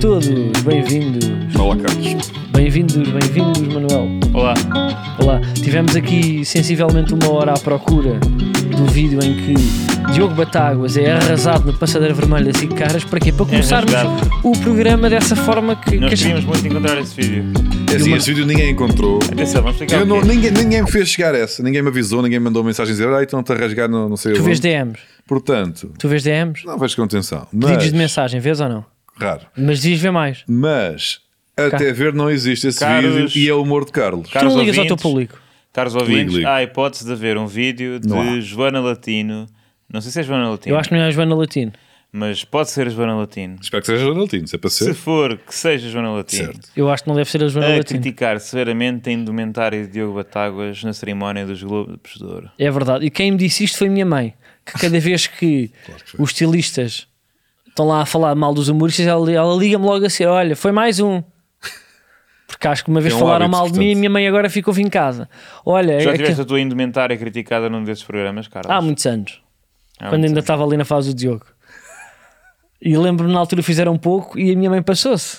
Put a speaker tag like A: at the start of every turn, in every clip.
A: todos, bem-vindos.
B: Olá, Carlos.
A: Bem-vindos, bem-vindos, Manuel.
C: Olá.
A: Olá. Tivemos aqui sensivelmente uma hora à procura do vídeo em que Diogo Batáguas é arrasado na passadeira vermelha assim caras para quê? Para começarmos
C: rasgado.
A: o programa dessa forma que,
C: É Nós
A: que as-
C: queríamos muito encontrar esse vídeo.
B: É assim, esse vídeo ninguém encontrou.
C: Atenção, vamos explicar.
B: Eu
C: o
B: não-
C: quê.
B: ninguém, ninguém me fez chegar essa. Ninguém me avisou, ninguém me mandou mensagem a dizer, ai, estão-te a rasgar, não, não sei
A: Tu
B: onde."
A: vês DMs?
B: Portanto,
A: Tu vês DMs?
B: não vejo com atenção.
A: Pedidos
B: Mas,
A: de mensagem, vês ou não?
B: raro.
A: Mas dizias ver mais.
B: Mas, até ver não existe esse
C: Caros-
B: vídeo e é o humor de Carlos.
A: Tu
C: Caros
A: não ligas ao teu
C: ouvintes,
A: público.
C: Caros ouvintes,
B: ligo.
C: há a hipótese de haver um vídeo
B: Não há.
C: de Joana Latino. Não sei se é Joana Latino,
A: Eu acho que não é a Joana Latino.
C: mas pode ser a Joana Latino.
B: Espero que seja Ronaldinho, se é para
C: Se
B: ser.
C: for que seja a Joana Latino,
B: Certo.
A: Eu acho que não deve ser a Joana
C: a
A: Latino.
C: criticar severamente a indumentária de Diogo Batáguas na cerimónia dos Globos de Ouro.
A: É verdade. E quem me disse isto foi a minha mãe, que cada vez que, os estilistas estão lá a falar mal dos humoristas, ela, ela liga-me logo a ser: olha, foi mais um. Porque acho que uma vez
B: É um
A: falaram
B: hábito,
A: mal de mim e a
B: portanto.
A: minha mãe agora ficou em casa. Olha, é
C: Já
A: que-
C: tiveste a tua indumentária criticada num desses programas, Carlos?
A: há muitos anos,
C: Há
A: quando
C: muito.
A: ainda estava ali na fase do Diogo. E lembro-me na altura fizeram pouco e a minha mãe passou-se.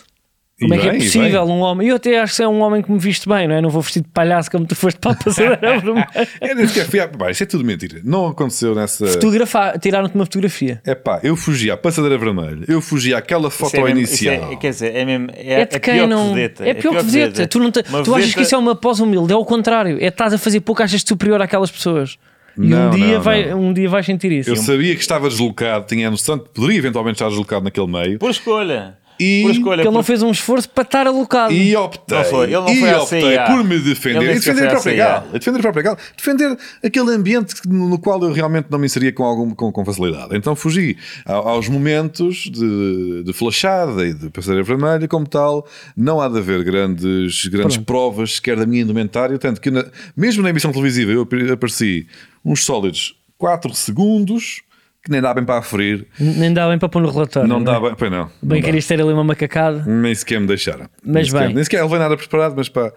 B: E
A: Como é que é
B: bem, e
A: possível um homem? Eu até acho que é um homem que me viste bem, não é? Não vou vestido de palhaço como tu foste para a passadeira vermelha.
B: bem. É nem sequer fui à- pá, Isso é tudo mentira. Não aconteceu nessa.
A: Fotografar, tiraram-te uma fotografia.
B: É pá, eu fugi à passadeira vermelha, eu fugi àquela foto
C: Isso é mesmo- isso
B: inicial.
C: é- quer dizer, é mesmo. É,
A: É
C: é
A: de
C: pior
A: quem
C: que
A: não.
C: vedeta,
A: É pior que vedeta. Tu, não te-
C: Uma
A: tu achas que
C: vedeta-
A: isso é uma pós-humilde, é o contrário. É estás a fazer pouco, achas-te superior àquelas pessoas. E um,
B: Não,
A: dia
B: não,
A: vai,
B: não.
A: um dia vais sentir
C: é
A: isso.
B: Eu sabia que estava deslocado, tinha a noção que poderia eventualmente estar deslocado naquele meio
C: Por escolha.
B: E-
C: Por escolha.
A: Porque ele não
C: por-
A: fez um esforço para estar alocado.
B: e optei,
C: Não foi, ele não
B: e
C: foi à
B: optei
C: CIA.
B: por me
C: Ele
B: defender
C: nem
B: e
C: sequer
B: defender a
C: foi assim, ah. à
B: própria
C: CIA.
B: gala, e defender a própria gala, defender aquele ambiente que- no qual eu realmente não me inseria com, algum, com, com facilidade. Então fugi a- aos momentos de, de flashada e de passadeira vermelha, como tal, não há de haver grandes, grandes provas sequer da minha indumentária, tanto que na- mesmo na emissão televisiva eu apare- apareci uns sólidos 4 segundos que nem dá bem para aferir,
A: Nem dá bem para pôr no relatório.
B: não
A: é?
B: dá bem, pois não. não
A: Bem,
B: dá.
A: querias ter ali uma macacada.
B: Nem sequer me deixaram. nem
A: Mas
B: sequer,
A: bem.
B: Nem sequer levei nada preparado, mas pá,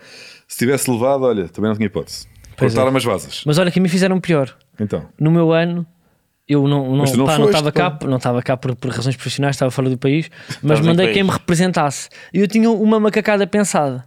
B: se tivesse levado, olha, também não tinha hipótese.
A: Pois é.
B: Cortaram umas vasas.
A: Mas olha que me fizeram pior.
B: Então,
A: No meu ano, eu não não
B: Mas tu não
A: pá, não
B: foste,
A: estava cá, não estava cá por, por razões profissionais, estava fora do país, mas
C: em
A: mandei
C: país.
A: quem me representasse. E eu tinha uma macacada pensada,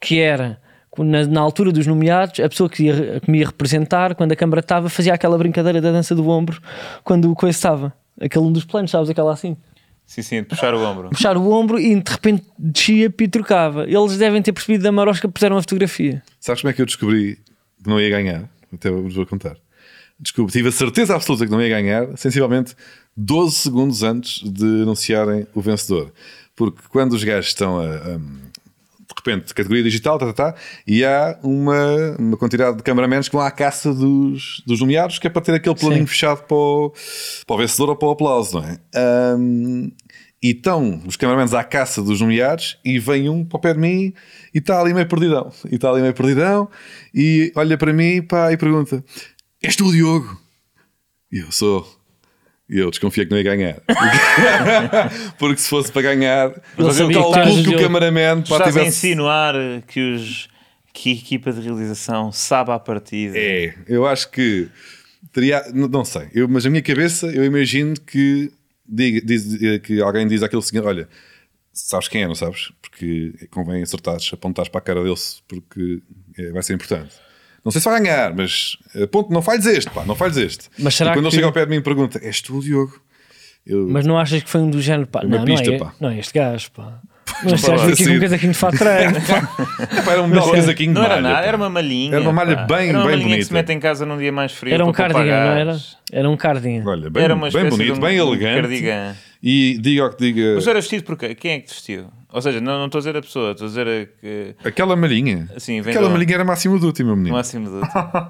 A: que era quando na, na altura dos nomeados, a pessoa que, ia- que me ia representar, quando a Câmara estava, fazia aquela brincadeira da dança do ombro quando o coisa estava. Aquele um dos planos, sabes? Aquela assim.
C: Sim, sim, de puxar o ombro.
A: Puxar o ombro e de repente descia e trocava. Eles devem ter percebido da marosca que puseram a fotografia.
B: sabes como é que eu descobri que não ia ganhar? Até vos vou contar. Desculpe, tive a certeza absoluta que não ia ganhar, sensivelmente 12 segundos antes de anunciarem o vencedor. Porque quando os gajos estão a. a- de repente, categoria digital, tá, tá, tá, e há uma, uma quantidade de cameramentos que vão à caça dos, dos nomeados, que é para ter aquele planinho fechado para o, para o vencedor ou para o aplauso, não é? Ahm, e estão os cameramentos à caça dos nomeados e vem um para o pé de mim e está ali meio perdidão. E está ali meio perdidão e olha para mim pá, e pergunta: És tu o Diogo? E eu sou. E eu desconfiei que não ia ganhar. Porque se fosse para ganhar,
A: Ele
B: eu
A: sabia que eras
B: calculo
A: o
B: que o
A: Diogo.
B: cameraman pá,
C: Estás a
B: tivesse...
C: insinuar assim que, os, que a equipa de realização sabe à partida.
B: É, eu acho que teria, n- não sei, eu, mas na minha cabeça eu imagino que, diga- diz- eh, que alguém diz àquele senhor: Olha, sabes quem é, não sabes? Porque convém acertares, apontares para a cara dele, porque eh, vai ser importante. Não sei se vai ganhar, mas ponto, não falhes este, pá, não falhes este.
A: Mas será
B: e quando ele
A: que-
B: chega ao pé de mim e pergunta: És tu, Diogo? Eu,
A: Mas não achas que foi um do género, pá?
B: Uma
A: Não,
B: pista,
A: não, é,
B: pá.
A: não é este gajo, pá. Não
B: pode
A: estás aqui
B: ter
A: com um
B: sido.
A: casaquinho de fatreiro, pá.
B: Pá, era um belo
A: sei.
B: casaquinho de
C: Não era
B: malha,
C: nada,
B: pá.
C: era uma malhinha.
B: Era uma malha
C: pá.
B: bem,
C: era uma
B: bem
C: malhinha que
B: bonita.
C: se mete em casa num dia mais frio.
A: Era um
C: para
A: cardigan, não era?
C: papagares.
A: Era um cardigan.
B: Olha, bem,
C: Era uma
B: bem
C: espécie
B: bonito,
C: de um-
B: bem
C: de um
B: elegante.
C: cardigan.
B: E diga o que diga.
C: Mas tu eras vestido por quê? quem é que te vestiu? Ou seja, não, não estou a dizer a pessoa, estou a dizer a que.
B: Aquela marinha.
C: Sim, vem
B: Aquela
C: do-
B: marinha era máximo do último, meu menino.
C: Máximo de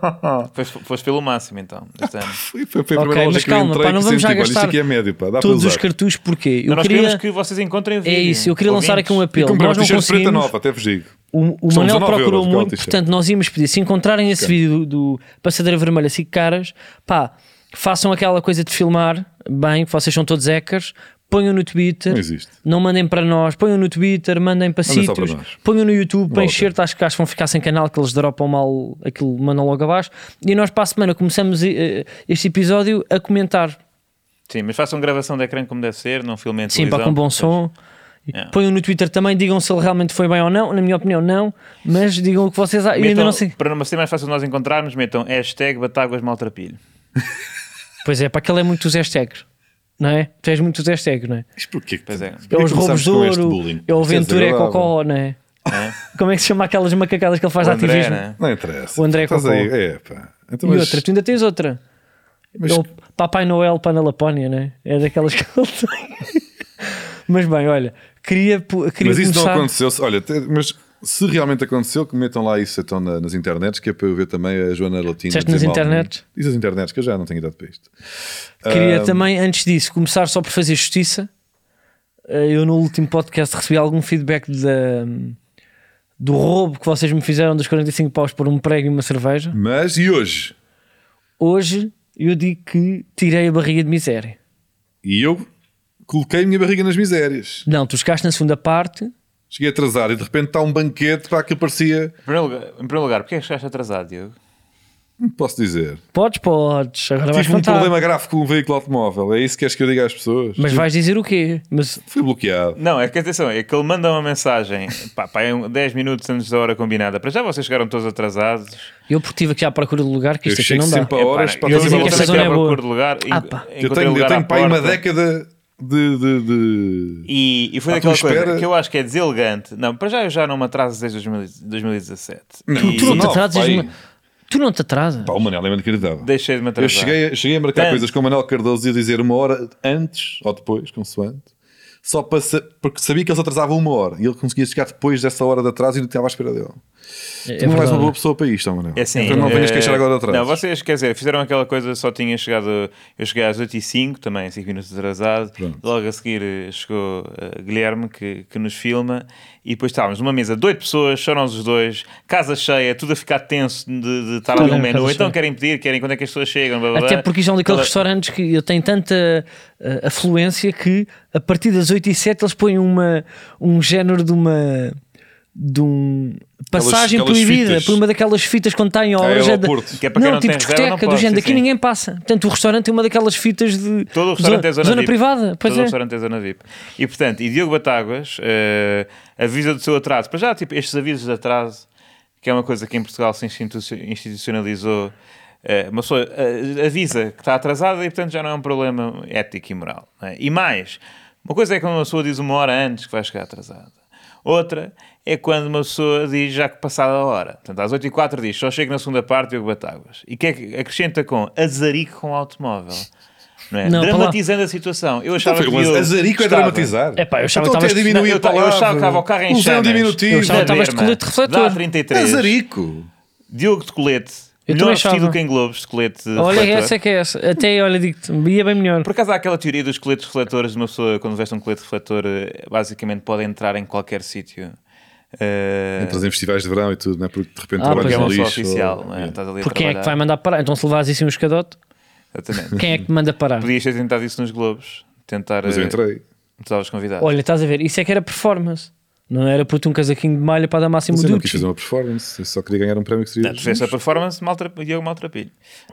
C: foste, foste pelo máximo então, este ano.
B: Foi, foi, foi a
A: Ok,
B: primeira loja
A: mas
B: que eu
A: calma,
B: entrei
A: pá,
B: que
A: não vamos
B: senti,
A: já
B: olha, Isto
A: gastar
B: aqui é médio, pá, dá
A: todos
B: para
A: os
B: usar.
A: cartuchos, porquê?
C: Não,
A: Eu
C: nós
A: queria.
C: queremos que vocês encontrem o vídeo.
A: É isso, eu queria lançar aqui um
B: E
A: apelo.
B: comprei uma
A: Nós não
B: t-shirt preta
A: conseguimos.
B: nova, até vos digo.
A: O, o
B: São
A: Manel
B: 19
A: procurou
B: euros, é
A: muito,
B: aquela t-shirt.
A: portanto, nós íamos pedir. Se encontrarem esse vídeo do, do Passadeira Vermelha, assim caras, pá, façam aquela coisa de filmar bem, que vocês são todos hackers, ponham no Twitter.
B: Não existe.
A: Não mandem para nós, ponham no Twitter, mandem para
B: Mandem só
A: sítios,
B: para nós.
A: ponham no YouTube, para
B: Vale a
A: encher, acho que acho que vão ficar sem canal, que eles dropam mal aquilo, mandam logo abaixo. E nós para a semana começamos eh, este episódio a comentar.
C: Sim, mas façam gravação de ecrã como deve ser, não filmem em
A: Sim, pá,
C: televisão,
A: com bom
C: porque
A: som.
C: Yeah.
A: Ponham no Twitter também, digam se ele realmente foi bem ou não. Na minha opinião, não. Mas digam o que vocês. a- Eu ainda
C: Metam-
A: não sei.
C: Para ser mais fácil de nós encontrarmos, metam hashtag Batáguas Maltrapilho.
A: Pois é, para aquele é muito os hashtags, não é? Tu és muito os hashtags, não é?
B: Mas porquê que
C: Pois é.
B: porquê
A: É
B: que
A: os roubos
B: começámos
A: de
B: com este
A: ouro,
B: bullying?
A: é o
B: Isso
A: Ventura, é
B: desagradável.
A: Cocó, não é? Como é que se chama aquelas macacadas que ele faz
C: O
A: de
C: André,
A: ativismo?
C: né?
B: Não interessa.
A: O André
B: Estás
A: Cocó.
B: aí- É, pá. Então,
A: E
B: mas-
A: outra, tu ainda tens outra.
B: mas
A: É o Papai Noel para na Lapónia, não é? É daquelas que ele tem. Mas bem, olha, queria, po- queria
B: Mas isso
A: começar...
B: não aconteceu. se- Olha, te- mas se realmente aconteceu, que metam lá isso então na- nas internets, que é para eu ver também a Joana Latina.
A: Disseste nas
B: dizer mal de mim.
A: internets?
B: Diz as internets, que eu já não tenho idade para isto.
A: Queria
B: Ah,
A: também, antes disso, começar só por fazer justiça. Eh, Eu no último podcast recebi algum feedback da- do roubo que vocês me fizeram dos 45 paus por um prego e uma cerveja.
B: Mas e hoje?
A: Hoje eu digo que tirei a barriga de miséria.
B: E eu coloquei a minha barriga nas misérias.
A: Não, tu chegaste na segunda parte.
B: Cheguei atrasado e de repente está um banquete para aquilo parecia.
C: Em primeiro lugar, em primeiro lugar porquê é que chegaste atrasado, Diogo?
B: Não posso dizer.
A: Podes, podes. Agora vais
B: Tive um
A: contar.
B: problema grave com um veículo automóvel. É isso que queres que eu diga às pessoas?
A: Mas vais dizer o quê? Mas
B: Fui bloqueado.
C: Não, é que atenção, é que ele manda uma mensagem pá, pá, é um- 10 minutos antes da hora combinada. Para já vocês chegaram todos atrasados.
A: eu porque estive aqui à procura de lugar que
B: Eu
A: isto aqui
B: chego
A: não dá.
B: sempre a horas
C: pá,
B: para
C: eu
A: dizem
B: fazer
A: que
B: uma
A: esta
B: outra-
A: zona é
C: à
A: boa.
C: procura de lugar.
A: Ah,
C: en-
A: pá.
C: encontrei um
B: Eu tenho, eu
C: lugar à
B: tenho para aí uma
C: porta.
B: década de. de, de-
C: E, e foi
B: À
C: daquela
B: tua
C: coisa
B: espera.
C: que eu acho que é deselegante. Não, para já eu já não me atraso desde 2000 2017.
B: Não,
C: E
A: Tu não te
B: 19,
A: atrasas.
B: pá, aí.
A: mas- Tu não te atrasas.
B: Pá, o Manel é muito acreditável.
C: deixei de me atrasar.
B: Eu cheguei, cheguei a marcar
C: Tanto.
B: coisas com o Manuel Cardoso e a dizer uma hora antes ou depois, consoante, só para sa- porque sabia que eles atrasavam uma hora e ele conseguia chegar depois dessa hora de atraso e não estava à espera dele.
A: É
B: tu não és um
A: verdade.
B: uma boa pessoa para isto, Manuel.
C: É assim,
B: então não venhas
C: eh,
B: queixar agora de atraso.
C: Não, vocês, quer dizer, fizeram aquela coisa, só tinha chegado. Eu cheguei às 8 e 05 também 5 minutos atrasado. Logo a seguir eh, chegou eh, Guilherme, que, que nos filma. E depois estávamos numa mesa de 8 pessoas, só nós os dois, casa cheia, tudo a ficar tenso de, de estar
A: Tudo
C: ali um
A: na casa
C: menu. Então
A: cheia.
C: querem pedir, querem quando é que as pessoas chegam. Blá, blá,
A: Até
C: blá.
A: porque isto é um daqueles
C: Aquela-
A: restaurantes que eu tenho tanta eh, afluência que a partir das 8 e 7 eles põem uma, um género de uma de um passagem
B: aquelas
A: proibida
B: fitas.
A: por uma daquelas fitas quando está em obras é da-
B: aeroporto.
C: Que é para quem não
A: tipo
C: tem reserva, não
A: discoteca do
C: pode,
A: género,
C: sim,
A: daqui
C: sim.
A: ninguém passa portanto o restaurante tem uma daquelas fitas de
C: Todo o
A: de
C: restaurante
A: zona,
C: é zona,
A: zona
C: VIP.
A: privada pois
C: Todo o
A: é.
C: restaurante é zona VIP. E portanto, e Diogo Batáguas eh, avisa do seu atraso. Para já, tipo, estes avisos de atraso, que é uma coisa que em Portugal se institucio- institucionalizou, eh, uma pessoa eh, avisa que está atrasada e portanto já não é um problema ético e moral. não é? E mais, uma coisa é quando uma pessoa diz uma hora antes que vai chegar atrasada. Outra é quando uma pessoa diz já que passada a hora. Portanto, às 8 e 04 diz, só chego na segunda parte, Diogo Batáguas. E que é que acrescenta com azarico com automóvel. Não é?
A: Não, para lá.
C: Dramatizando a situação.
B: Então
C: Eu achava
B: foi,
C: que
B: mas
C: Diogo
B: azarico é
C: estava-
B: dramatizar.
A: É pá, eu achava
B: então
A: que
B: até
A: estavas-
B: diminuir
C: Não, eu
B: a
C: ta- eu
B: palavra.
C: achava que estava o carro em
B: Usei um
C: chamas.
B: diminutivo.
A: Eu achava que
C: Verma,
A: estavas de colete refletor.
C: Dá 33.
B: Azarico.
C: Diogo de colete.
A: Eu
C: melhor
A: também
C: vestido
A: achava.
C: que em Globos de colete
A: olha
C: refletor.
A: essa é que é essa até olha digo-te ia bem melhor
C: Por acaso há aquela teoria dos coletes refletores de uma pessoa quando veste um colete refletor eh, basicamente pode entrar em qualquer sítio. Eh,
B: Entras em festivais de verão e tudo, não é? Porque de repente
A: Ah, pois
B: trabalhas
C: porque é
A: um
B: no
C: uma
B: lixo.
C: pessoa oficial.
B: ou-
C: não é? Estás ali a
A: porque quem é que vai
C: trabalhar.
A: mandar parar então se levas assim um escadote
C: Exatamente.
A: quem é que manda parar
C: Podias ter tentado isso nos Globos. Tentar.
B: Mas eu
C: eh,
B: entrei.
C: Tu estavas convidado.
A: Olha, estás a ver, isso é que era performance. Não era puto um casaquinho de malha para dar máximo
B: Mas eu não quis
A: Ducci.
B: fazer uma performance, eu só queria ganhar um prémio que seria.
C: Tu fez a performance, maltra... Diogo Maltrapilho.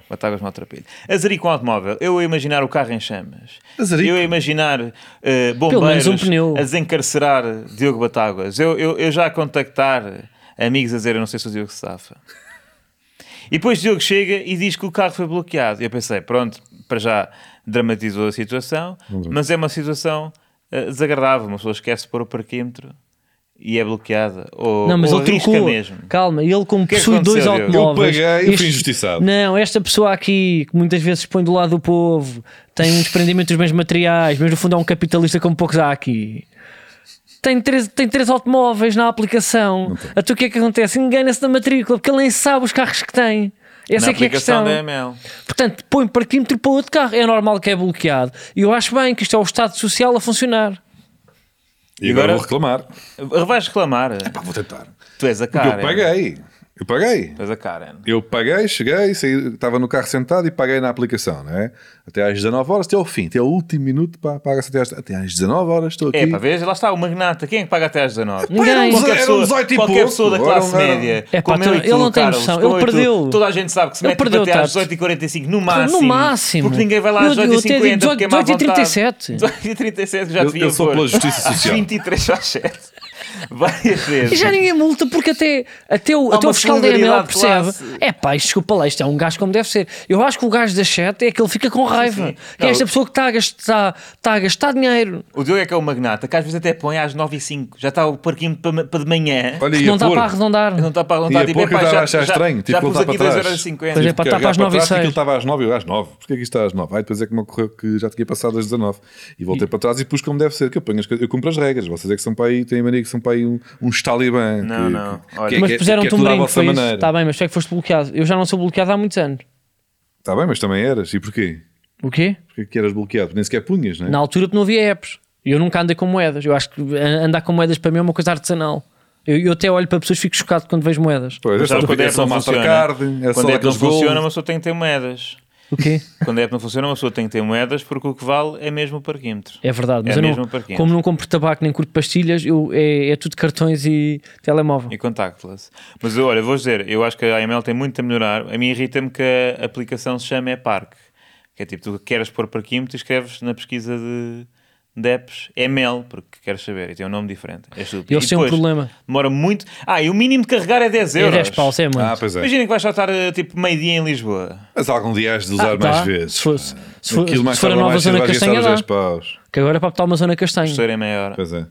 C: Batáguas Maltrapilho. Azari com automóvel. Eu a imaginar o carro em chamas.
B: Azarico.
C: Eu a imaginar eh,
A: menos
C: bombeiros
A: um pneu.
C: a desencarcerar Diogo Batáguas. Eu, eu, eu já a contactar amigos a dizer, eu não sei se o Diogo se safa. E depois Diogo chega e diz que o carro foi bloqueado. E eu pensei, pronto, para já dramatizou a situação, mas é uma situação eh, desagradável. Uma pessoa esquece de pôr o parquímetro e é bloqueada. Ou,
A: Não, mas
C: ou
A: ele
C: arrisca
A: trocou.
C: mesmo.
A: Calma, ele como
C: que é que
A: possui dois
C: aconteceu, Diogo?
A: automóveis.
B: um Eu paguei, eu fui injustiçado.
A: Não, esta pessoa aqui, que muitas vezes põe do lado do povo, tem um desprendimento dos bens materiais, mas no fundo é um capitalista como poucos há aqui. Tem três, tem três automóveis na aplicação. A tu o que é que acontece? Engana-se na matrícula, porque ele nem sabe os carros que tem. Essa
C: Na
A: é que é a questão.
C: aplicação da ML.
A: Portanto, põe parquímetro para outro carro. É normal que é bloqueado. E eu acho bem que isto é o Estado Social a funcionar.
B: E agora
C: Agora-
B: vou reclamar.
C: Vais reclamar.
B: Pá, vou tentar.
C: É Tu és a
B: Porque
C: cara. é
B: eu paguei. Eu paguei.
C: Mas a Karen.
B: Eu paguei, cheguei, saí- estava no carro sentado e paguei na aplicação, não é? Até às 19 horas, até ao fim, até o último minuto, pá, paga-se até às, até às 19 horas, estou aqui.
C: É, pá, veja, lá está o magnata. Quem é que paga até às 19?
A: Ninguém.
B: Pá, eram
A: Qualquer
B: dezo- eram 18 e
C: qualquer
B: pouco,
C: pessoa da
B: agora
C: classe
B: não era-
C: média.
A: É pá,
C: como
A: tu-
C: eu e
A: ele
C: tu,
A: não tem
C: Carlos,
A: noção,
C: como
A: ele
C: eu e tu.
A: perdeu.
C: Toda a gente sabe que se
A: Ele
C: mete
A: perdeu,
C: até às
A: Tato.
C: 18h45 no máximo.
A: no máximo.
C: Porque ninguém vai lá às
A: Eu- eu até digo
C: 18h50 porque é má
A: 18h37.
C: 18h37 já
B: Eu-
C: devia
B: eu sou
C: pôr.
B: pela justiça
C: Às
B: social.
C: 23 às 7. Várias vezes.
A: E já ninguém multa porque até, até, o,
C: Há
A: até o
C: uma
A: fiscal da ML
C: solidariedade de
A: percebe.
C: classe.
A: É pá, isto, desculpa lá, isto é um gajo como deve ser. Eu acho que o gajo da chat é que ele fica com raiva.
C: sim.
A: Que é
C: Não,
A: esta
C: eu-
A: pessoa que está a gastar, está a gastar dinheiro.
C: O Diogo é que é o magnata, que às vezes até põe às 9h05. Já está o parquinho para para de manhã.
B: Olha,
A: que
B: ia
A: não dá
B: pôr.
A: para arredondar.
C: Não está para não tá
B: E
C: está
B: a pouco eu estava a achar
C: tipo, já,
B: estranho, tipo,
C: já
B: ele
C: pus
B: está para
C: aqui 2
B: trás.
C: horas 50.
A: Pois é,
B: Tive
A: pá,
B: que
A: tá
B: carregar
A: para as nove e
B: trás,
A: seis.
B: Aquilo estava às 9 eu às 9. Porquê que isto está às 9? Aí depois é que me ocorreu que já tinha passado às 19. E voltei para trás e pus como deve ser, que eu, ponho as, coisas- eu cumpro as regras. Vocês é que são para aí, têm a mania que são para aí um- uns talibã.
C: Não,
B: que-
C: não.
B: que-
C: Olha.
B: que é-
A: mas
B: que é-
A: puseram-te
B: que é
A: um
B: tudo à
A: brinco,
B: vossa
A: foi isso.
B: maneira.
A: Está bem, mas tu é que foste bloqueado. Eu já não sou bloqueado há muitos anos.
B: Está Tá bem, mas também eras. E porquê?
A: O quê?
B: Porquê é que eras bloqueado? Nem sequer punhas, não é?
A: Na altura tu não havia apps. Eu nunca andei com moedas. Eu acho que an- andar com moedas para mim é uma coisa artesanal. Eu, eu até olho para pessoas e fico chocado quando vejo moedas.
B: Pois, é
C: Mas
B: esta
C: sabe quando a app
B: aplicação
C: não funciona?
B: Mastercard, é
C: Quando
B: só
C: a app não
B: aqueles gols.
C: funciona, uma pessoa tem que ter moedas.
A: O quê?
C: Quando a app não funciona, uma pessoa tem que ter moedas porque o que vale é mesmo o parquímetro.
A: É verdade, mas
C: É
A: eu não,
C: mesmo para quem?
A: como não compro tabaco nem curto pastilhas, eu, é, é tudo cartões e telemóvel.
C: E contactless. Mas eu, olha, vou dizer, eu acho que a AML tem muito a melhorar. A mim irrita-me que a aplicação se chame E-Parque. Que é tipo, tu queres pôr parquímetro e escreves na pesquisa de, de apps ML, porque queres saber, e tem um nome diferente. É estúpido.
A: Eles
C: E
A: têm um
C: depois,
A: problema.
C: Demora muito. Ah, e o mínimo de carregar é 10
A: É
C: euros.
A: 10 paus, é muito.
B: Ah, pois é.
C: Imagina que vais só estar eh, tipo meio-dia em Lisboa.
B: Mas algum dia has de usar
A: Ah,
B: mais
A: tá.
B: vezes.
A: Se fosse- se for-
B: Aquilo mais
A: se for a
B: tarde ou
A: nova
B: mais cedo
A: zona
B: vais gastar
A: castanha,
B: os
A: dá.
B: 10 paus.
A: Que agora é para botar uma zona castanha.
C: Professor é meia hora.
B: Pois é.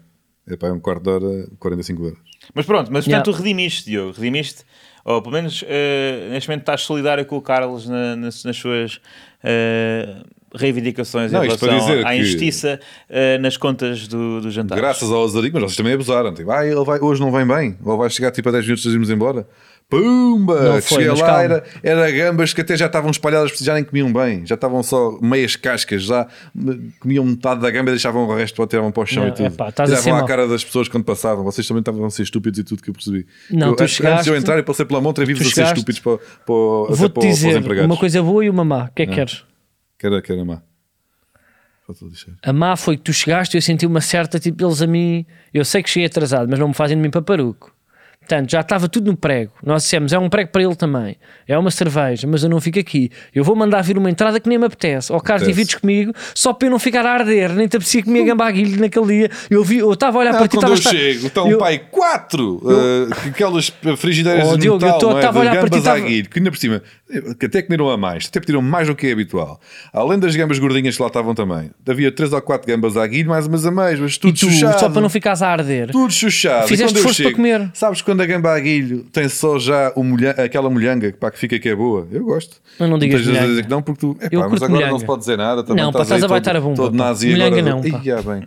B: É para um quarto de hora, 45 euros.
C: Mas pronto, mas portanto
A: Yeah.
C: tu redimiste, Diogo, redimiste, ou pelo menos eh, neste momento estás solidário com o Carlos na- nas, nas suas eh, reivindicações
B: Não,
C: em
B: isto para
C: relação
B: dizer
C: à
B: que-
C: injustiça eh, nas contas do, do
A: Tá.
C: jantar.
B: Graças ao Azarico, mas vocês também abusaram. Tipo, ah, ele vai, hoje não vem bem. Ou vai chegar tipo a 10 minutos e irmos embora. Pumba!
A: Não foi,
B: Cheguei
A: mas
B: lá,
A: calma.
B: era, era gambas que até já estavam espalhadas, porque já nem comiam bem. Já estavam só meias cascas, já me- comiam metade da gamba e deixavam o resto para tiravam para o chão
A: Não,
B: e tudo.
A: É, epá, estás assim a ser
B: Tiravam
A: mau.
B: à cara das pessoas quando passavam. Vocês também estavam a ser estúpidos e tudo que eu percebi.
A: Não,
B: Eu-
A: tu
B: antes, antes
A: chegaste-
B: de eu entrar, eu passei pela montra e
A: tu
B: vi-vos a ser
A: chegaste-
B: estúpidos para, para, até
A: Vou-te
B: para, os- para os
A: dizer
B: empregados. Hum.
A: uma coisa boa e uma má. O que é que queres?
B: Que era, que era má. Falta de lixeiro.
A: A má foi que tu chegaste e eu senti uma certa, tipo, eles a mim. Eu sei que cheguei atrasado, mas não me fazem de mim paparuco. Portanto, já estava tudo no prego. Nós dissemos, é um prego para ele também. É uma cerveja, mas eu não fico aqui. Eu vou mandar vir uma entrada que nem me apetece. Ou Carlos,
B: Apetece.
A: divides comigo, só para eu não ficar a arder. Nem te apetecia comer gamba à guilho naquele dia. Eu vi, eu estava a olhar para
B: Ah,
A: ti,
B: quando eu
A: estavas-
B: chego, está um
A: eu-
B: pai quatro, ah, aquelas frigideiras
A: Oh,
B: de
A: Diogo, eu
B: metal,
A: tô-
B: não é?
A: tava a
B: de
A: olhar para ti,
B: gambas
A: tava-
B: à guilho, que ainda por cima, eh, que até comeram a mais, até pediram mais do que é habitual. Além das gambas gordinhas que lá estavam também, havia três ou quatro gambas à guilho, mais umas ameijoas,
A: E
B: tudo
A: tu,
B: chuchado.
A: só para não ficares a arder.
B: Tudo chuchado. E
A: Fizeste
B: quando eu
A: esforço para
B: chego,
A: comer.
B: Sabes quando a gamba à guilho tem só já o molha- aquela molhanga pá, que fica que é boa? Eu gosto.
A: Mas não digas
B: Muitas vezes
A: molhanga.
B: dizem que não, porque tu. É
A: Eu
B: pá, mas
A: curto
B: agora não
A: molhanga.
B: se pode dizer nada. Também
A: Não, pá,
B: estás aí
A: estás a
B: todo-
A: baitar a bomba, pá.
B: Todo nazi
A: Molhanga
B: agora.
A: não, pá.
B: Ih, ah, bem.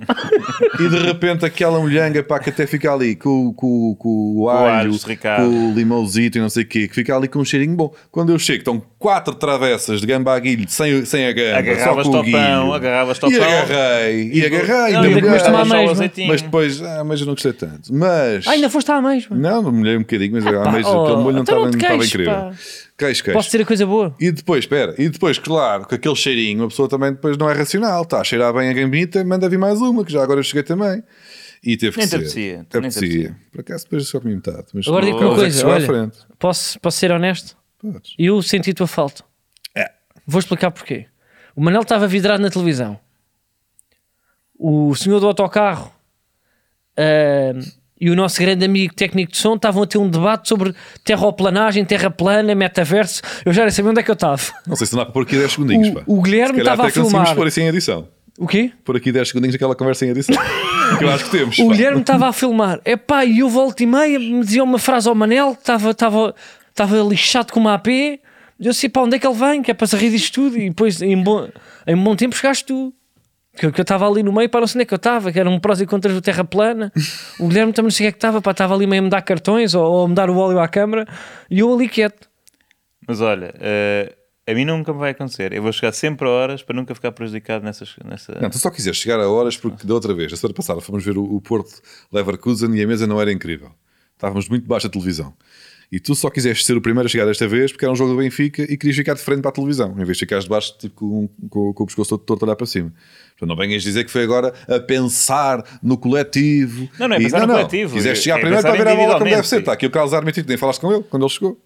B: e de repente aquela molhanga pá, que até fica ali com, com, com o
C: alho
B: alho,
C: serricado.
B: com o limãozito e não sei o quê, que fica ali com um cheirinho bom. Quando eu chego, estão quatro travessas de gamba à guilho sem, sem a gamba,
C: Agarravas
B: só com o guilho.
C: topão, agarravas
B: E
C: topão.
B: agarrei, e agarrei.
C: Não,
A: e
B: e
A: ainda
B: agarrei.
A: comeste uma
C: só o
A: ameijoa.
C: azeitinho.
B: Mas depois, ah, mas eu não gostei tanto. Mas.
A: Ah, ainda foste à mesma.
B: Não, me molhei um bocadinho, mas ah, mas
A: oh,
B: aquele molho não
A: então
B: estava
A: não te
B: não estava
A: queixes,
B: incrível.
A: pá.
B: Queixo, queixo.
A: Posso dizer a coisa boa?
B: E depois, espera, e depois, claro, com aquele cheirinho, a pessoa também depois não é racional. Está a cheirar bem a gambita, manda vir mais uma, que já agora eu cheguei também. E teve que
C: Nem te
B: ser.
C: apetecia, nem te
B: Apetecia.
C: apetecia.
B: Por acaso depois só comi metade. Mas
A: Agora digo
B: Carlos
A: uma
B: é que
A: coisa,
B: chegou à
A: olha,
B: frente.
A: posso, posso ser honesto?
B: Podes.
A: Eu senti a tua falta.
B: É.
A: Vou explicar porquê. O Manel estava vidrado na televisão. O senhor do autocarro ah, e o nosso grande amigo técnico de som estavam a ter um debate sobre terroplanagem, terra plana, metaverso. Eu já nem sabia onde é que eu estava.
B: Não sei se não dá para pôr aqui 10 segundinhos.
A: O-
B: pá.
A: o Guilherme
B: Se calhar
A: estava
B: até
A: a
B: conseguimos
A: filmar.
B: pôr assim em edição.
A: O quê?
B: Pôr aqui 10 segundinhos daquela conversa em edição. que eu acho que temos.
A: O
B: pá.
A: Guilherme estava a filmar. É pá, e eu volto e meia, me dizia uma frase ao Manel, estava, estava, estava lixado com uma AP. Eu sei para onde é que ele vem, que é para se rir disto tudo. E depois, em bom, em bom tempo, chegaste tu. Que eu que eu estava ali no meio, para não sei onde é que eu estava, que eram prós e contras do Terra Plana. O Guilherme também não sei o que é que estava, pá, estava ali meio a me dar cartões ou, ou a me dar o óleo à câmara. E eu ali quieto.
C: Mas olha, eh, a mim nunca me vai acontecer. Eu vou chegar sempre a horas para nunca ficar prejudicado nessas. Nessa...
B: Não, tu só quiseres chegar a horas, porque da outra vez, a semana passada, fomos ver o, o Porto Leverkusen e a mesa não era incrível. Estávamos muito baixo da televisão. E tu só quiseste ser o primeiro a chegar desta vez porque era um jogo do Benfica e querias ficar de frente para a televisão, em vez de ficares de baixo tipo, com, com- com o pescoço todo torto a olhar para cima. Portanto, não venhas dizer que foi agora a pensar no coletivo.
C: Não, não é
B: E-
C: pensar no coletivo,
B: Quiseste chegar
C: é
B: primeiro
C: pensar
B: para ver a bola como
C: individualmente.
B: deve ser. Está aqui o Carlos Armitito, nem falaste com ele quando ele chegou.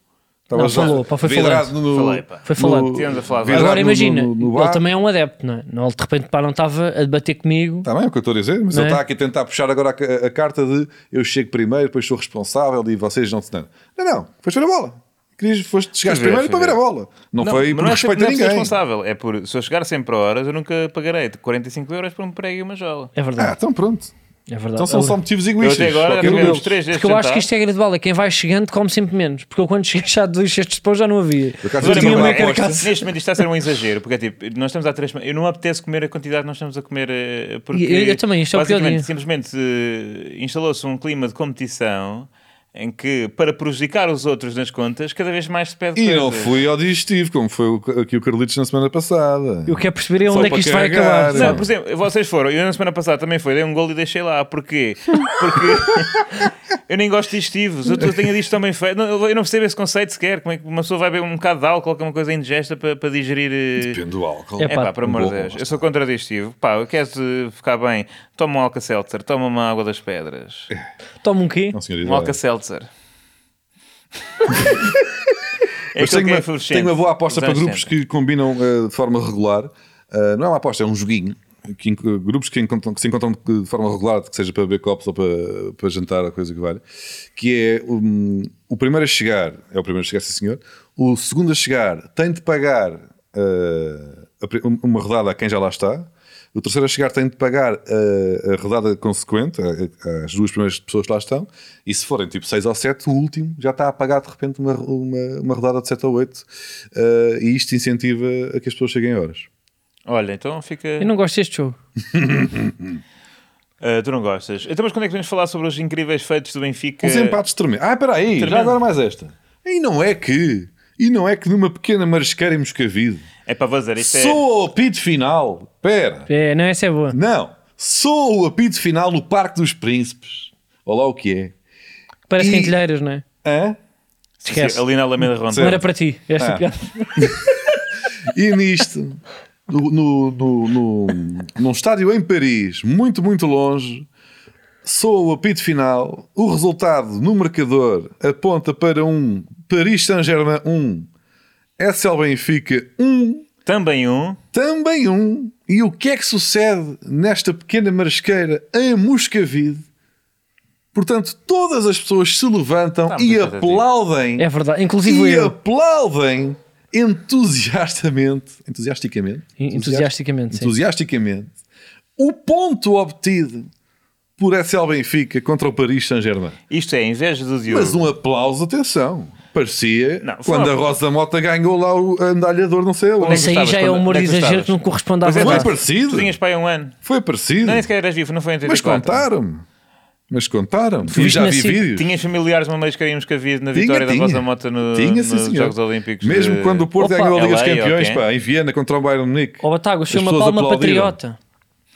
B: Estava
A: Não,
B: já
A: falou, pá, foi
B: vidrado
A: falando.
B: no-
C: Falei, pá.
A: Foi falando.
C: Tivemos a falar.
B: vidrado
C: Agora
A: Agora
B: no-
A: imagina,
B: no- no bar.
A: ele também é um adepto, não é? Não, Ele de repente pá, não estava a debater comigo.
B: Está bem, é o que eu estou a dizer, mas
A: Não
B: ele
A: é?
B: está aqui a tentar puxar agora a, ca- a carta de eu chego primeiro, depois sou responsável e vocês não se dão. Não, não, foste ver a bola. Querias, foste, chegaste
C: Fui ver,
B: primeiro
C: fui
B: para ver a
C: ver.
B: bola. Não, foi
C: mas
B: por
C: não é ser-
B: respeito
C: não
B: a
C: é ser
B: ninguém.
C: responsável. É por, se eu chegar a 100 por horas, eu nunca pagarei 45 euros por um prego e uma jola.
A: É
B: Ah,
A: verdade.
B: então pronto.
A: é verdade.
B: Então são
A: Ele-
B: só motivos
C: Eu
B: egoístas.
C: até agora
B: qualquer um
C: tivemos
B: deles.
C: três
A: Porque eu acho que isto é gradual, é quem vai chegando come sempre menos. Porque eu quando cheguei já de dois cestos depois já não havia.
B: acaso,
A: Eu
C: Agora,
B: Sim,
A: tinha um
B: uma
C: mas,
A: uma
C: é,
A: carcaça.
C: neste momento isto está a ser um exagero, porque é tipo, nós estamos há três semanas. Eu não me apetece comer a quantidade que nós estamos a comer. eh, Porque
A: E eu- eu também, isto é o pior
C: basicamente,
A: dia.
C: Simplesmente eh, instalou-se um clima de competição em que, para prejudicar os outros nas contas, cada vez mais se pede
B: E
C: coisa.
B: não fui ao digestivo, como foi o- aqui o Carlitos na semana passada.
A: Eu quero perceber é
B: Só
A: onde é
B: para
A: que isto vai
B: cagar.
A: acabar.
C: Não, por exemplo, vocês foram, eu na semana passada também foi, dei um gol e deixei lá. Porquê? Porque eu nem gosto de estivos, eu tenho disto também feito. Não, eu não percebo esse conceito sequer. Como é que uma pessoa vai beber um bocado de álcool, alguma coisa indigesta para, para digerir. eh,
B: Depende do álcool.
A: É
C: É
A: Pá,
C: pá, por amor de
B: boa,
C: Deus,
B: lá
C: eu sou contra digestivo. Pá, eu quero ficar bem. Toma um Alka-Seltzer, toma uma água das pedras.
A: Toma um quê?
B: Não, senhor,
C: Um Alka-Seltzer.
B: Mas
C: é aquilo
B: tenho,
C: que é
B: uma,
C: efervescente.
B: tenho uma boa aposta
C: Dos
B: para
C: anos
B: grupos
C: 70.
B: que combinam eh, de forma regular. Eh, não é uma aposta, é um joguinho. Que, enco- grupos que, encontram- que se encontram de forma regular, que seja para beber copos ou para, para jantar, a coisa que vale. Que é um, o primeiro a chegar, é o primeiro a chegar, sim senhor. O segundo a chegar tem de pagar eh, a pri- um- uma rodada a quem já lá está. O terceiro a chegar tem de pagar eh, a rodada consequente, a- a- às duas primeiras pessoas que lá estão, e se forem tipo 6 ou 7, o último já está a pagar de repente uma, uma, uma rodada de 7 ou 8, eh, e isto incentiva a que as pessoas cheguem a horas.
C: Olha, então fica.
A: Eu não gosto deste jogo.
C: Ah, tu não gostas. Então, mas quando é que podemos falar sobre os incríveis feitos do Benfica?
B: Os empates tremendos. Ah, espera aí, já
C: é Tremendo.
B: agora mais esta. E não é que, e não é que numa pequena marisqueira em Moscavide,
C: É para vazar, isto é.
B: sou o apito final, pera,
A: É, não, essa é boa.
B: não, sou o apito final no Parque dos Príncipes, olha lá o que é.
A: Parece
B: E-
A: que em telheiras, não é?
B: Hã?
A: Esquece.
C: Ali na Alameda Ronda.
A: Não era para ti. Esta
B: Ah.
A: piada.
B: E nisto, no, no, no, no- num estádio em Paris, muito, muito longe, soa o apito final. O resultado no marcador aponta para um Paris Saint-Germain 1, SL Benfica 1,
C: Também um.
B: também 1. E o que é que sucede nesta pequena marisqueira em Moscavide? Portanto, todas as pessoas se levantam
C: Está
B: e
C: muito coisa a dizer.
B: aplaudem
A: É verdade. Inclusive
B: e
A: eu.
B: aplaudem entusiastamente, entusiasticamente,
A: En- entusiasticamente, sim.
B: entusiasticamente o ponto obtido por SL Benfica contra o Paris Saint-Germain.
C: Isto é, em vez do Diogo.
B: Mas um aplauso, atenção. Parecia
C: Não, foi
B: quando
C: uma-
B: a Rosa Mota ganhou lá o andalhador, não sei
C: Onde é
B: aonde.
A: Isso aí
C: estavas
A: já é
C: quando-
A: humor
C: onde é
A: de
C: que tu
A: exagero
C: estavas?
A: que não corresponde à
C: Pois é,
B: Foi
A: verdade.
C: pá.
B: parecido.
C: Tu tinhas pai um ano.
B: Foi parecido.
C: Não, nem sequer eras vivo, não foi em
B: Mas
C: 84.
B: contaram-me. Mas contaram-me. E
A: viste
B: já vi
A: nascido.
B: vídeos.
C: Tinhas familiares uma vez que havíamos que havia na
B: Tinha,
C: vitória
B: tinha.
C: da Rosa Mota no,
B: Tinha, sim,
C: nos
B: senhor.
C: Jogos Olímpicos.
B: Mesmo
C: de-
B: quando o Porto
A: Opa,
B: ganhou a Liga dos
C: LA,
B: Campeões,
C: ok.
B: pá, em Viena contra o Bayern Munique.
A: Ó Batagas,
B: As
A: foi uma
B: pessoas
A: palma
B: aplaudiram.
A: patriota.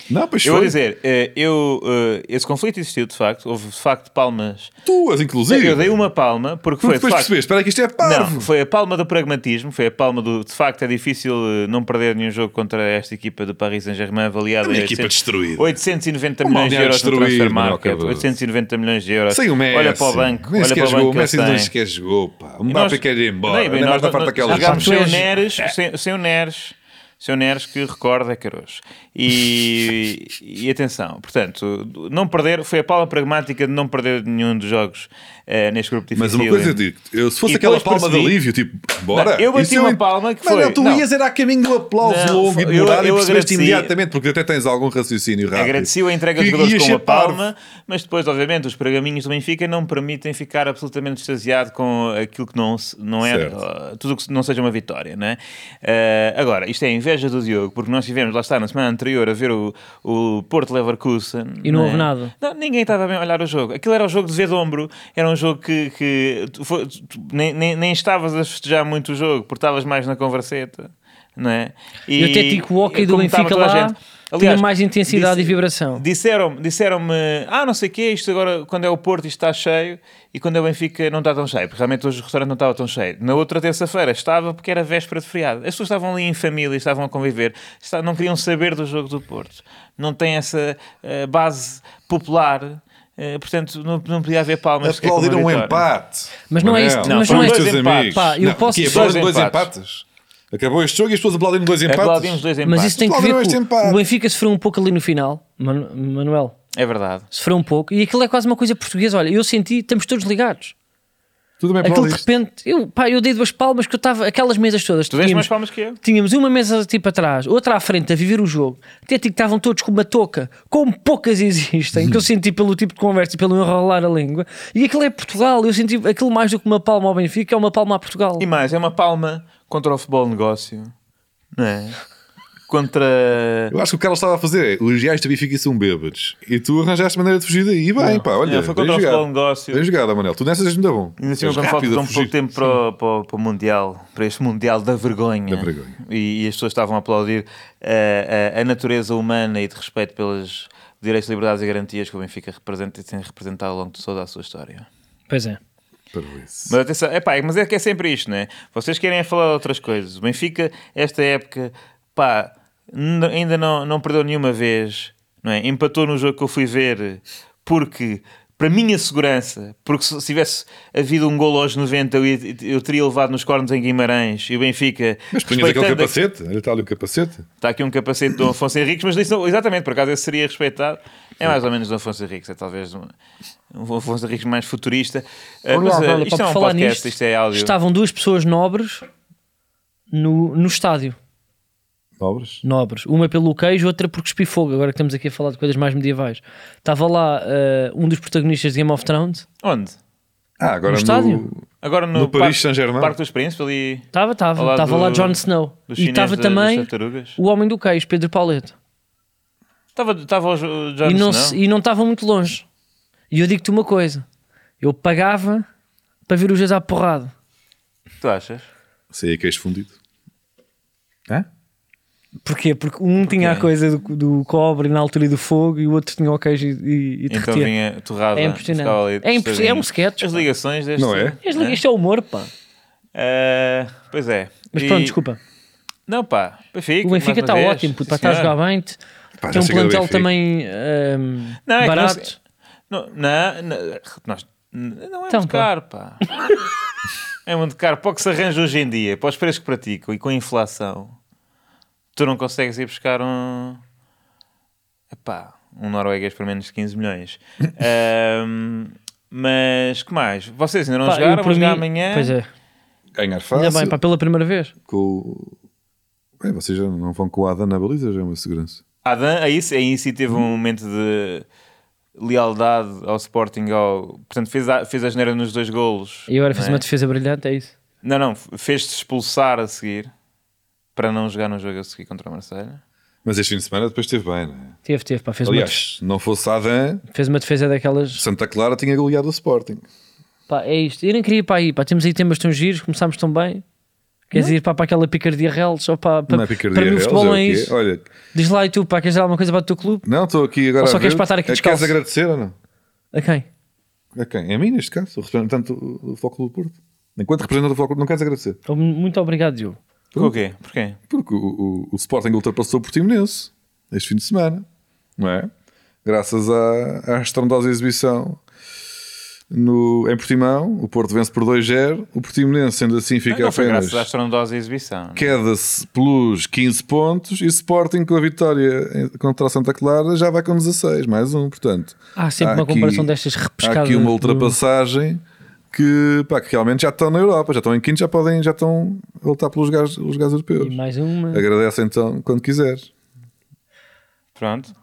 B: Não, pois
C: Eu vou
B: foi.
C: dizer, eh, eu, eh, esse conflito existiu de facto, houve de facto palmas.
B: Tuas, inclusive.
C: Eu dei uma palma porque
B: Tu
C: foi de
B: depois
C: facto.
B: percebeste, espera aí que isto é parvo.
C: Não, foi a palma do pragmatismo, foi a palma do. De facto, é difícil eh, não perder nenhum jogo contra esta equipa do Paris Saint-Germain, avaliada
B: É uma
C: em
B: equipa destruída.
C: 890
B: Um
C: milhões de
B: balneário
C: euros no
B: destruído,
C: transfer
B: Manuel
C: market.
B: Cardoso.
C: 890 milhões de euros.
B: Sem o Messi.
C: Olha para o banco.
B: Nem
C: olha para
B: sequer
C: o banco
B: jogou. O
C: que eles
B: Messi nem
C: têm.
B: sequer jogou, pá. O
C: E nós-
B: Mbappé quer ir embora.
C: Bem, bem,
B: Ainda mais
C: nós-
B: na parte
C: nós-
B: daquela
C: nós jogámos
A: gente.
C: sem o
A: Pois.
C: Neres, sem, sem o Neres, sem o Neres que recorda Carojo. E, e atenção, portanto, não perder, foi a palma pragmática de não perder nenhum dos jogos eh, neste grupo difícil.
B: Mas uma coisa eu digo, eu, se fosse
C: E
B: aquela
C: depois
B: palma
C: percebi-
B: de alívio, tipo, bora.
C: Não, eu bati
B: Isso
C: uma
B: ent-
C: palma que
B: Mas
C: foi-
B: não, tu
C: não.
B: ias era a caminho do aplauso
C: Não,
B: longo e
C: eu-
B: demorado e
C: eu
B: percebeste
C: agradeci-
B: imediatamente, porque até tens algum raciocínio rápido.
C: Agradeci a entrega dos
B: Que
C: jogadores
B: ias
C: com uma
B: ser parvo.
C: palma, mas depois, obviamente, os pergaminhos do Benfica não permitem ficar absolutamente extasiado com aquilo que não, se- não é,
B: Certo.
C: ah, tudo o que se- não seja uma vitória, não é? Ah, agora, isto é a inveja do Diogo, porque nós estivemos lá está na semana anterior a ver o, o Porto Leverkusen
A: E não
C: é?
A: houve nada.
C: Não, ninguém estava bem a olhar o jogo. Aquilo era o jogo de ver de ombro, era um jogo que, que tu foi- tu- tu nem, nem, nem estavas a festejar muito o jogo, porque estavas mais na converseta, não é? E, é
A: E o Tético Walker do
C: como estava
A: Benfica
C: toda a
A: lá
C: gente.
A: tinha
C: Aliás,
A: mais intensidade
C: disse-
A: e vibração.
C: Disseram-me, disseram-me, ah, não sei o quê, isto agora, quando é o Porto, isto está cheio, e quando é o Benfica, não está tão cheio, porque realmente hoje o restaurante não estava tão cheio. Na outra terça-feira estava, porque era véspera de feriado. As pessoas estavam ali em família, estavam a conviver, está- não queriam saber do jogo do Porto. Não tem essa eh, base popular, eh, portanto, não, não podia haver palmas. que é como
B: Aplaudiram
C: uma
B: um
C: vitória.
B: empate.
A: Mas não é
B: Manel,
A: isto- mas
C: não é
B: os
C: isto-
B: teus
C: Pá,
B: amigos.
A: eu
B: Não,
A: posso-
B: aqui, aplaudem
C: Dois
B: dois empates. Acabou este jogo e as pessoas aplaudem dois empates.
C: Aplaudimos dois empates.
A: Mas isso tem que ver
B: Claro, este
A: com
B: empate.
A: o Benfica sofreu um pouco ali no final, Manu- Manuel,
C: É verdade.
A: sofreu um pouco, e aquilo é quase uma coisa portuguesa. Olha, eu senti, estamos todos ligados.
B: Tu
C: É
B: também
A: Aquilo de
B: aplaudiste.
A: repente, eu, pá, eu dei duas palmas que eu estava, aquelas mesas todas.
C: Tu deste
A: tínhamos-
C: mais palmas que eu.
A: Tínhamos uma mesa tipo atrás, outra à frente a viver o jogo. Até que estavam todos com uma touca, como poucas existem, que
C: Hum.
A: eu senti pelo tipo de conversa e pelo enrolar a língua. E aquilo é Portugal, eu senti aquilo mais do que uma palma ao Benfica, é uma palma a Portugal.
C: E mais, é uma palma contra o futebol negócio, não é? Contra.
B: Eu acho que o Carlos estava a fazer é elogiar e Benfica e são bêbados. E tu arranjaste maneira de fugir daí. E bem, pá, olha.
C: É, foi
B: bem
C: contra o
B: jogado.
C: futebol negócio.
B: Bem jogado, Manel. Tu nessas és muito bom.
C: Ainda assim,
B: És
C: quando falta
B: É rápido a
C: tão pouco
B: fugir.
C: tempo para o, para, o- para o Mundial, para este Mundial da vergonha.
B: Da vergonha.
C: E, e as pessoas estavam a aplaudir eh, a, a natureza humana e de respeito pelos direitos, liberdades e garantias que o Benfica representa e tem representado ao longo de toda a sua história.
A: Pois é.
B: Para isso.
C: Mas atenção, epá, mas é que é sempre isto, né? Vocês querem é falar de outras coisas. O Benfica, esta época, pá, n- ainda não, não perdeu nenhuma vez, não é? Empatou no jogo que eu fui ver, porque, para minha segurança, porque se se tivesse havido um golo aos 90, eu, ia- eu teria levado nos cornos em Guimarães e o Benfica.
B: Mas punhas aquele
C: respeitando a-
B: capacete. Olha, está ali o capacete.
C: Está aqui um capacete do Afonso Henriques, mas isso não- exatamente, por acaso esse seria respeitado. É mais ou menos do Afonso Henriques, é talvez um, um Afonso Henriques mais futurista. Ah,
A: Olha,
C: mas, ah,
A: olha,
C: isto
A: para
C: é um
A: falar
C: podcast,
A: nisto,
C: isto é áudio.
A: Estavam duas pessoas nobres no, no estádio.
B: Nobres.
A: Nobres. Uma pelo queijo, outra porque cuspi fogo. Agora que estamos aqui a falar de coisas mais medievais. Estava lá eh, um dos protagonistas de Game of Thrones.
C: Onde?
B: Ah, agora
A: No estádio?
C: Agora no,
B: No Paris
C: Parque-
B: Saint-Germain.
C: Parque dos Príncipes, ali
A: Estava,
C: Ao
A: estava.
C: lado
A: Estava lá
C: do-
A: Jon Snow.
C: dos
A: E
C: chineses
A: estava
C: da-
A: também
C: das tartarugas.
A: o homem do queijo, Pedro Pauleto.
C: Estava, estava o Jo- o John
A: e não,
C: Snow.
A: se- e não estavam muito longe. E eu digo-te uma coisa: eu pagava para ver os dois à porrada.
C: Tu achas?
B: Sei que és fundido. Hã?
A: Porquê? Porque um tinha a coisa do, do cobre na altura e do fogo e o outro tinha o queijo e, e
C: Então
A: derretia.
C: vinha torrada.
A: É impressionante.
C: ficava ali
A: É impress- é um
C: tostadinho.
A: sketch,
C: As
A: pá.
C: ligações deste...
B: Não é?
A: Isto
C: Né?
A: isto é humor, pá.
C: Ah, pois é.
A: Mas
C: E-
A: pronto, desculpa.
C: Não pá, Benfica,
A: O Benfica
C: mais
A: está
C: uma vez.
A: ótimo, puto,
C: Sim,
A: pá, está a
C: senhor.
A: jogar bem. te-
B: Pá, já
A: tem um
B: chega do
A: plantel
B: Benfica.
A: também ehm,
C: Não, é que
A: barato.
C: Não, não, não, nós- não é
A: Então,
C: muito
A: pá.
C: caro, pá. é muito caro. Para o que se arranja hoje em dia, para os preços que praticam e com a inflação, tu não consegues ir buscar um. Epá, um norueguês por menos de 15 milhões. Ahm, mas que mais? Vocês ainda não
A: Pá, eu,
C: jogaram?
A: por
C: Vão jogar
A: mim-
C: amanhã?
A: Pois é,
B: Ah, Ganhar
A: ainda
B: fácil.
A: bem, pá, pela primeira vez.
B: Com... o- Bem, vocês já não vão com o Adam na baliza, já é uma segurança.
C: Adam, aí, sim- aí sim teve um
A: Hum?
C: momento de lealdade ao Sporting. Ao... Portanto, fez a, fez a geneira nos dois golos.
A: E agora fez
C: não é?
A: uma defesa brilhante, é isso.
C: Não, não, fez-se expulsar a seguir para não jogar no jogo a seguir contra o Marseille.
B: Mas este fim de semana depois esteve bem, não é?
A: Teve, teve, pá, fez, uma,
B: Aliás, não fosse Adam,
A: def- fez uma defesa daquelas.
B: Santa Clara tinha goleado o Sporting.
A: Pá, é isto. Eu nem queria ir para aí, pá, temos aí temas tão giros, começámos tão bem. Queres ir pá, para aquela picardia real? Só para, para,
B: não é picardia
A: para mim o
B: deles,
A: futebol
B: é o
A: não é
B: quê?
A: isso.
B: Olha,
A: Diz lá e tu, pá, queres dar alguma coisa para o teu clube?
B: não, estou aqui agora.
A: Ou só
B: a
A: queres
B: ver.
A: para estar aqui
B: É,
A: descalço?
B: Queres agradecer ou não?
A: A quem?
B: A quem? É A mim, neste caso, o representante do do Futebol Clube do Porto. Enquanto representante do Futebol Clube, não queres agradecer.
A: Oh, Muito obrigado, Diogo.
B: Hum?
C: Por quê? Porquê?
B: Porque o, o- o Sporting ultrapassou o Portimonense este fim de semana, não é? Graças à, à estrondosa exibição no, em Portimão, o Porto vence por 2-0, o Portimonense ainda assim
C: Não,
A: Ah,
B: fica
C: não foi
B: apenas
C: graças à estrondosa exibição. é?
B: queda-se pelos 15 pontos e o Sporting com a vitória em- contra o Santa Clara já vai com 16, mais um, portanto.
A: Há sempre uma
B: aqui-
A: comparação destas
B: Há
A: repescadas.
B: aqui uma
A: do-
B: ultrapassagem que, pá, que realmente já estão na Europa, já estão em quinto, já podem, já estão a lutar pelos gajos, os gajos
A: E
B: europeus.
A: mais uma.
B: Agradece então quando quiseres.
C: Pronto.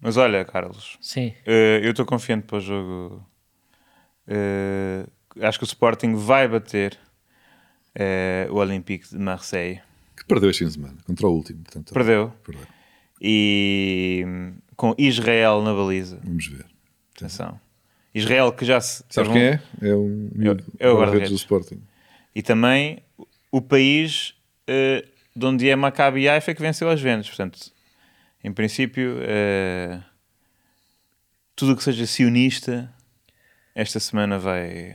C: Mas olha, Carlos,
A: Sim.
C: eh, eu estou confiante para o jogo. Eh, Acho que o Sporting vai bater eh, o Olympique de Marseille.
B: Que perdeu este fim de semana, contra o último, portanto.
C: Perdeu.
B: perdeu.
C: E hum, com Israel na baliza.
B: Vamos ver.
C: Atenção. Israel, que já se.
B: Sabes quem é? É um miúdo
C: é
B: guarda-redes
C: o guarda-redes.
B: do Sporting.
C: E também o país eh, de onde é Maccabi Haifa que venceu as Juventus. Portanto, em princípio, eh, tudo o que seja sionista, esta semana vai,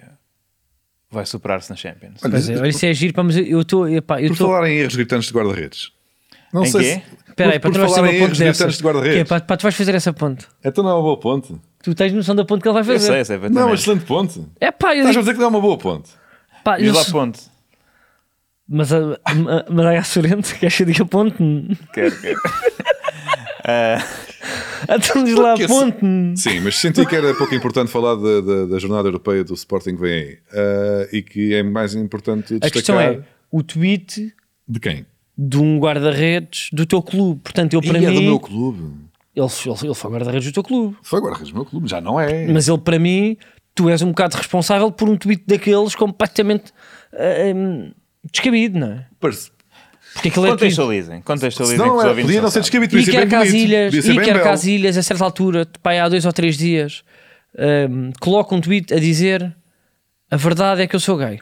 C: vai superar-se na Champions.
B: Olha,
A: Pois é, olha, isso é giro, pá, mas eu- eu estou. epá, Eu
B: por
A: estou.
B: falar em erros gritantes de guarda-redes. Não
C: Em
B: sei
C: quê?
B: se.
A: Espera aí, para
B: por, por
A: tu vais fazer uma
B: falar em
A: ponte
B: erros
A: dessa.
B: gritantes de guarda-redes.
A: Que é, pá, pá, tu vais fazer essa ponte.
B: Então não é uma boa ponte.
A: Tu tens noção da ponte que ele vai
C: Eu
A: fazer.
C: sei, eu sei.
B: Não, é
C: Não,
B: uma excelente ponte.
A: É pá, eu
B: Estás a
A: digo,
B: dizer que não é uma boa ponte.
A: pá, eu
C: Diz lá
A: sei-
C: ponte.
A: Mas a, a, a Maraia Sorrento, queres que eu diga ponte?
C: Quero, quero.
A: Então diz lá
B: Porque
A: a
B: esse-
A: ponte.
B: Sim, mas senti que era pouco importante falar da, da- da jornada europeia do Sporting que vem aí. Ah, e que é mais importante destacar
A: A questão é o tweet
B: de quem?
A: de um guarda-redes do teu clube. Portanto, eu para
B: e é do
A: mim.
B: meu clube.
A: Ele, ele, ele foi guarda-redes do teu clube.
B: Foi guarda-redes do meu clube, já não é.
A: Mas ele para mim, tu és um bocado responsável por um tweet daqueles completamente ah, hum, descabido, não é?
B: Parece-
A: Porque aquilo é tweet.
C: Contextualizem. Contextualizem.
B: Se não,
C: que os
B: era,
C: ouvintes
B: podia não ser
C: sabem.
B: descabido, podia ser
A: Iker
B: bem bonito,
A: Casilhas,
B: podia ser bem
A: Iker
B: belo.
A: Casilhas, a certa altura, pai, há dois ou três dias, hum, coloca um tweet a dizer a verdade é que eu sou gay.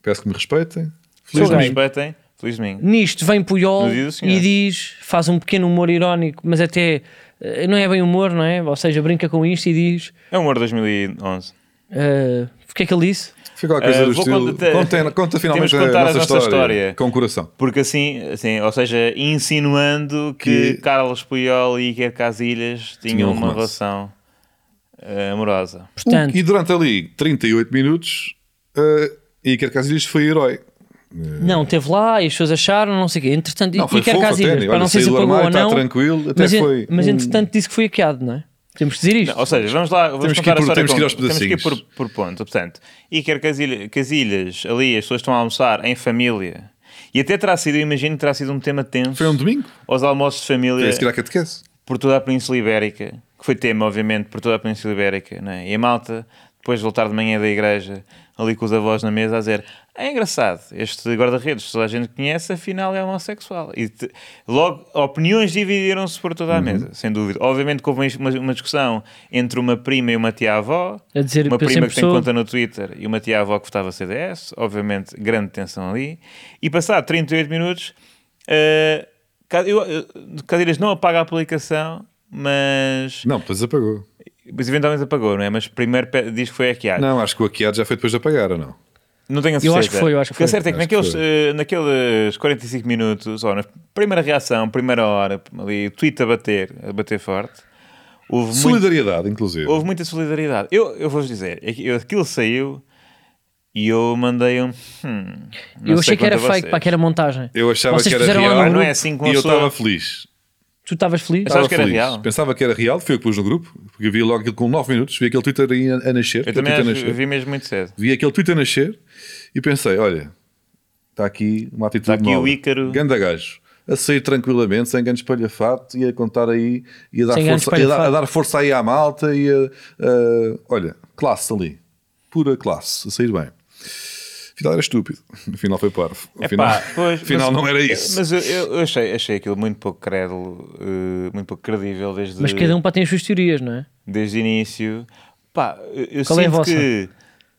B: Peço que me respeitem.
C: Vocês me
A: Sou gay.
C: respeitem. Feliz domingo.
A: Nisto vem Puyol
C: Mas diz o senhor.
A: e diz, faz um pequeno humor irónico, mas até eh, não é bem humor, não é? Ou seja, brinca com isto e diz
C: É um ano 2011.
A: eh, o que é que ele disse?
B: Fica qualquer coisa
C: Eh,
B: do
C: vou
B: estilo.
C: contar-
B: Conta, conta finalmente
C: Temos que
B: a
C: contar
B: nossa
C: a nossa
B: história,
C: história.
B: Com coração.
C: Porque assim, assim, ou seja, insinuando que,
B: Que-
C: Carlos Puyol e Iker Casilhas tinham
B: Tinham um
C: uma
B: romance.
C: relação eh, amorosa.
A: Portanto,
B: e durante ali 38 minutos, eh, Iker Casillas foi herói.
A: não, teve lá e as pessoas acharam, não sei o quê. Entretanto,
B: Não, foi
A: Iker
B: fofo até.
A: Casilhas,
B: Olha,
A: para não sei se
B: saiu do
A: apagou
B: armário,
A: ou
B: está
A: não,
B: tranquilo, até
A: mas, en-
B: foi
A: mas
B: um-
A: entretanto disse que foi hackeado, não é? Temos que dizer isto.
C: Não, ou seja, vamos lá, vamos
B: Temos que ir
C: contar
B: por-
C: a história
B: temos que ir aos
C: com- temos que ir por,
B: pedacinhos.
C: por ponto. Portanto, Iker Casilha- Casilhas, ali as pessoas estão a almoçar em família. E até terá sido, eu imagino, que terá sido um tema tenso
B: Foi um domingo.
C: aos almoços de
B: É
C: família
B: isso que era que eu te queço.
C: por toda a Península Ibérica, que foi tema, obviamente, por toda a Península Ibérica, não é? E a malta, depois de voltar de manhã da igreja, ali com os avós na mesa, a dizer: é engraçado, este guarda-redes, toda a gente conhece, afinal é homossexual. E te- logo, opiniões dividiram-se por toda a mesa, sem dúvida. Obviamente que houve uma, uma discussão entre uma prima e uma tia-avó,
A: A dizer,
C: uma
A: "Eu
C: prima
A: sempre
C: que tem
A: sou."
C: conta no Twitter e uma tia-avó que votava CDS, obviamente, grande tensão ali. E passado 38 minutos, eh, Ca- eu, eu- Cadeiras não apaga a aplicação, mas.
B: Não, depois apagou.
C: Mas eventualmente apagou, não é? Mas primeiro pe- diz que foi hackeado. Não,
B: Não, acho que o hackeado já foi depois de apagar, ou não?
C: tenho a certeza.
A: Eu acho que foi, eu acho que
C: O
A: foi.
C: é certo é que
B: Acho que
C: naqueles,
B: foi.
C: eh, naqueles 45 minutos, ou na primeira reação, primeira hora, ali, o tweet a bater, a bater forte, houve muito.
B: Solidariedade, inclusive.
C: Houve muita solidariedade. Eu, eu vou-vos dizer, é que eu- aquilo saiu e eu mandei um. hum, não
A: eu
C: sei
A: achei que era
C: quanto a
A: fake,
C: vocês.
A: pá, que era montagem.
B: Eu achava
A: Vocês
B: que era
A: fizeram lá um
B: real.
A: no
C: Ah, não
A: grupo.
C: é assim com
B: E
C: a
B: eu
C: sua-
B: estava feliz.
A: Tu estavas feliz?
C: Sabes
B: Estava
C: que era
B: feliz.
C: real?
B: Pensava que era real, foi eu que pus no grupo, porque eu vi logo aquilo com 9 minutos, vi aquele Twitter aí a, a nascer.
C: Eu
B: aquele
C: também
B: Twitter a
C: acho,
B: nascer.
C: vi mesmo muito cedo.
B: Vi aquele Twitter a nascer e pensei: olha, está aqui uma atitude.
C: Está Tá aqui
B: nobre.
C: o Ícaro.
B: Ganda gajo. A sair tranquilamente, sem grande espalhafato, e a contar aí, e a dar,
A: Sem grande
B: força, e a dar-
A: espalhafato.
B: a dar força aí à malta, e a. a- olha, classe ali. Pura classe, a sair bem. Afinal era estúpido, afinal foi parvo. Afinal,
C: Epá, pois,
B: afinal
C: mas-
B: não era isso.
C: Mas eu, eu- eu achei, achei aquilo muito pouco crédulo, eh, muito pouco credível desde,
A: Mas cada um pá, tem as suas teorias, não é?
C: desde o início. Pá, eu, eu
A: Qual é a
C: sinto
A: vossa?
C: que.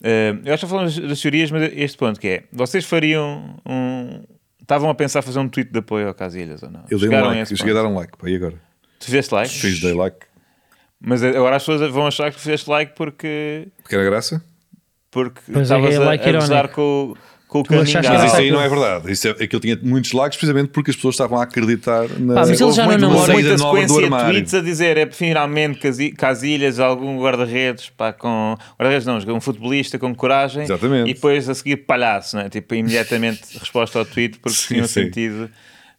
C: eh, eu acho que falando das, das teorias, mas este ponto que é: vocês fariam um. Estavam a pensar fazer um tweet de apoio ao Casilhas ou não?
B: Eu dei um
C: Chegaram a
B: like,
C: esse
B: eu cheguei a
C: ponto.
B: dar um like, pá, e agora?
C: Tu fizeste like?
B: Fiz, dei like.
C: Mas agora as pessoas vão achar que fizeste like porque.
B: Porque era graça?
C: Porque
A: Pois é,
C: estavas
A: é
C: a,
A: like
C: a gozar
A: irónico.
C: com, o- com o
A: Tu achaste que
C: caminho
B: Mas
A: Ah,
B: isso
A: ok.
B: aí não é verdade. Isso é, aquilo tinha muitos likes precisamente porque as pessoas estavam a acreditar na.
A: Pá, mas ele já
C: Houve
A: não
C: muito-
A: namora.
C: muita
B: Saída nova do
C: sequência de
B: armário.
C: tweets a dizer é finalmente Casi- Casilhas, algum guarda-redes, pá, com guarda-redes não, um futebolista com coragem
B: Exatamente.
C: e depois a seguir palhaço, não é? Tipo, imediatamente resposta ao tweet porque
B: Sim,
C: tinham
B: sim.
C: sentido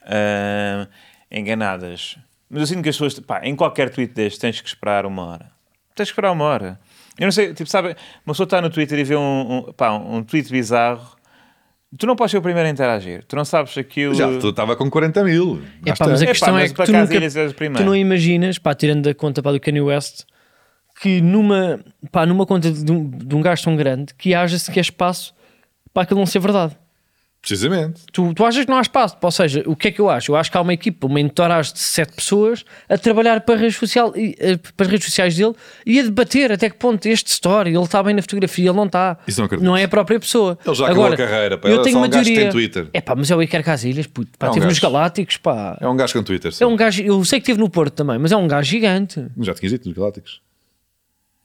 C: ah, enganadas. Mas eu sinto que as pessoas, pá, em qualquer tweet deste tens que esperar uma hora. Tens que esperar uma hora. Eu não sei, tipo, sabe, uma pessoa está no Twitter e vê um, um, pá, um tweet bizarro. Tu não podes ser o primeiro a interagir. Tu não sabes se aquilo.
B: Já tu estava com 40 mil.
A: É pá, eh, mas a
C: Epá,
A: questão
C: mas
A: é que
C: para
A: tu,
C: cá,
A: nunca,
C: Dias, és o primeiro.
A: tu não imaginas, pá, tirando da conta pá, do Kanye West, que numa, pá, numa conta de um, de um gajo tão grande que haja sequer espaço para aquilo não ser verdade.
B: Precisamente.
A: Tu, tu achas que não há espaço? Ou seja, o que é que eu acho? Eu acho que há uma equipa, uma entourage de sete pessoas a trabalhar para, a rede social, e, eh, para as redes sociais dele e a debater até que ponto este story, ele está bem na fotografia, ele não está.
B: Isso não acredito.
A: é a própria pessoa.
B: Ele já acabou a carreira, pá.
A: Eu
B: Ele é
A: tenho
B: só um
A: uma
B: gajo que
A: teoria.
B: tem Twitter.
A: É pá, mas é o Iker Casilhas, puto. Pá,
B: É um
A: teve nos
B: gajo.
A: Galácticos, pá.
B: É um gajo com Twitter. sim.
A: É um gajo, eu sei que teve no Porto também, mas é um gajo gigante.
B: Já tinhas dito nos Galácticos.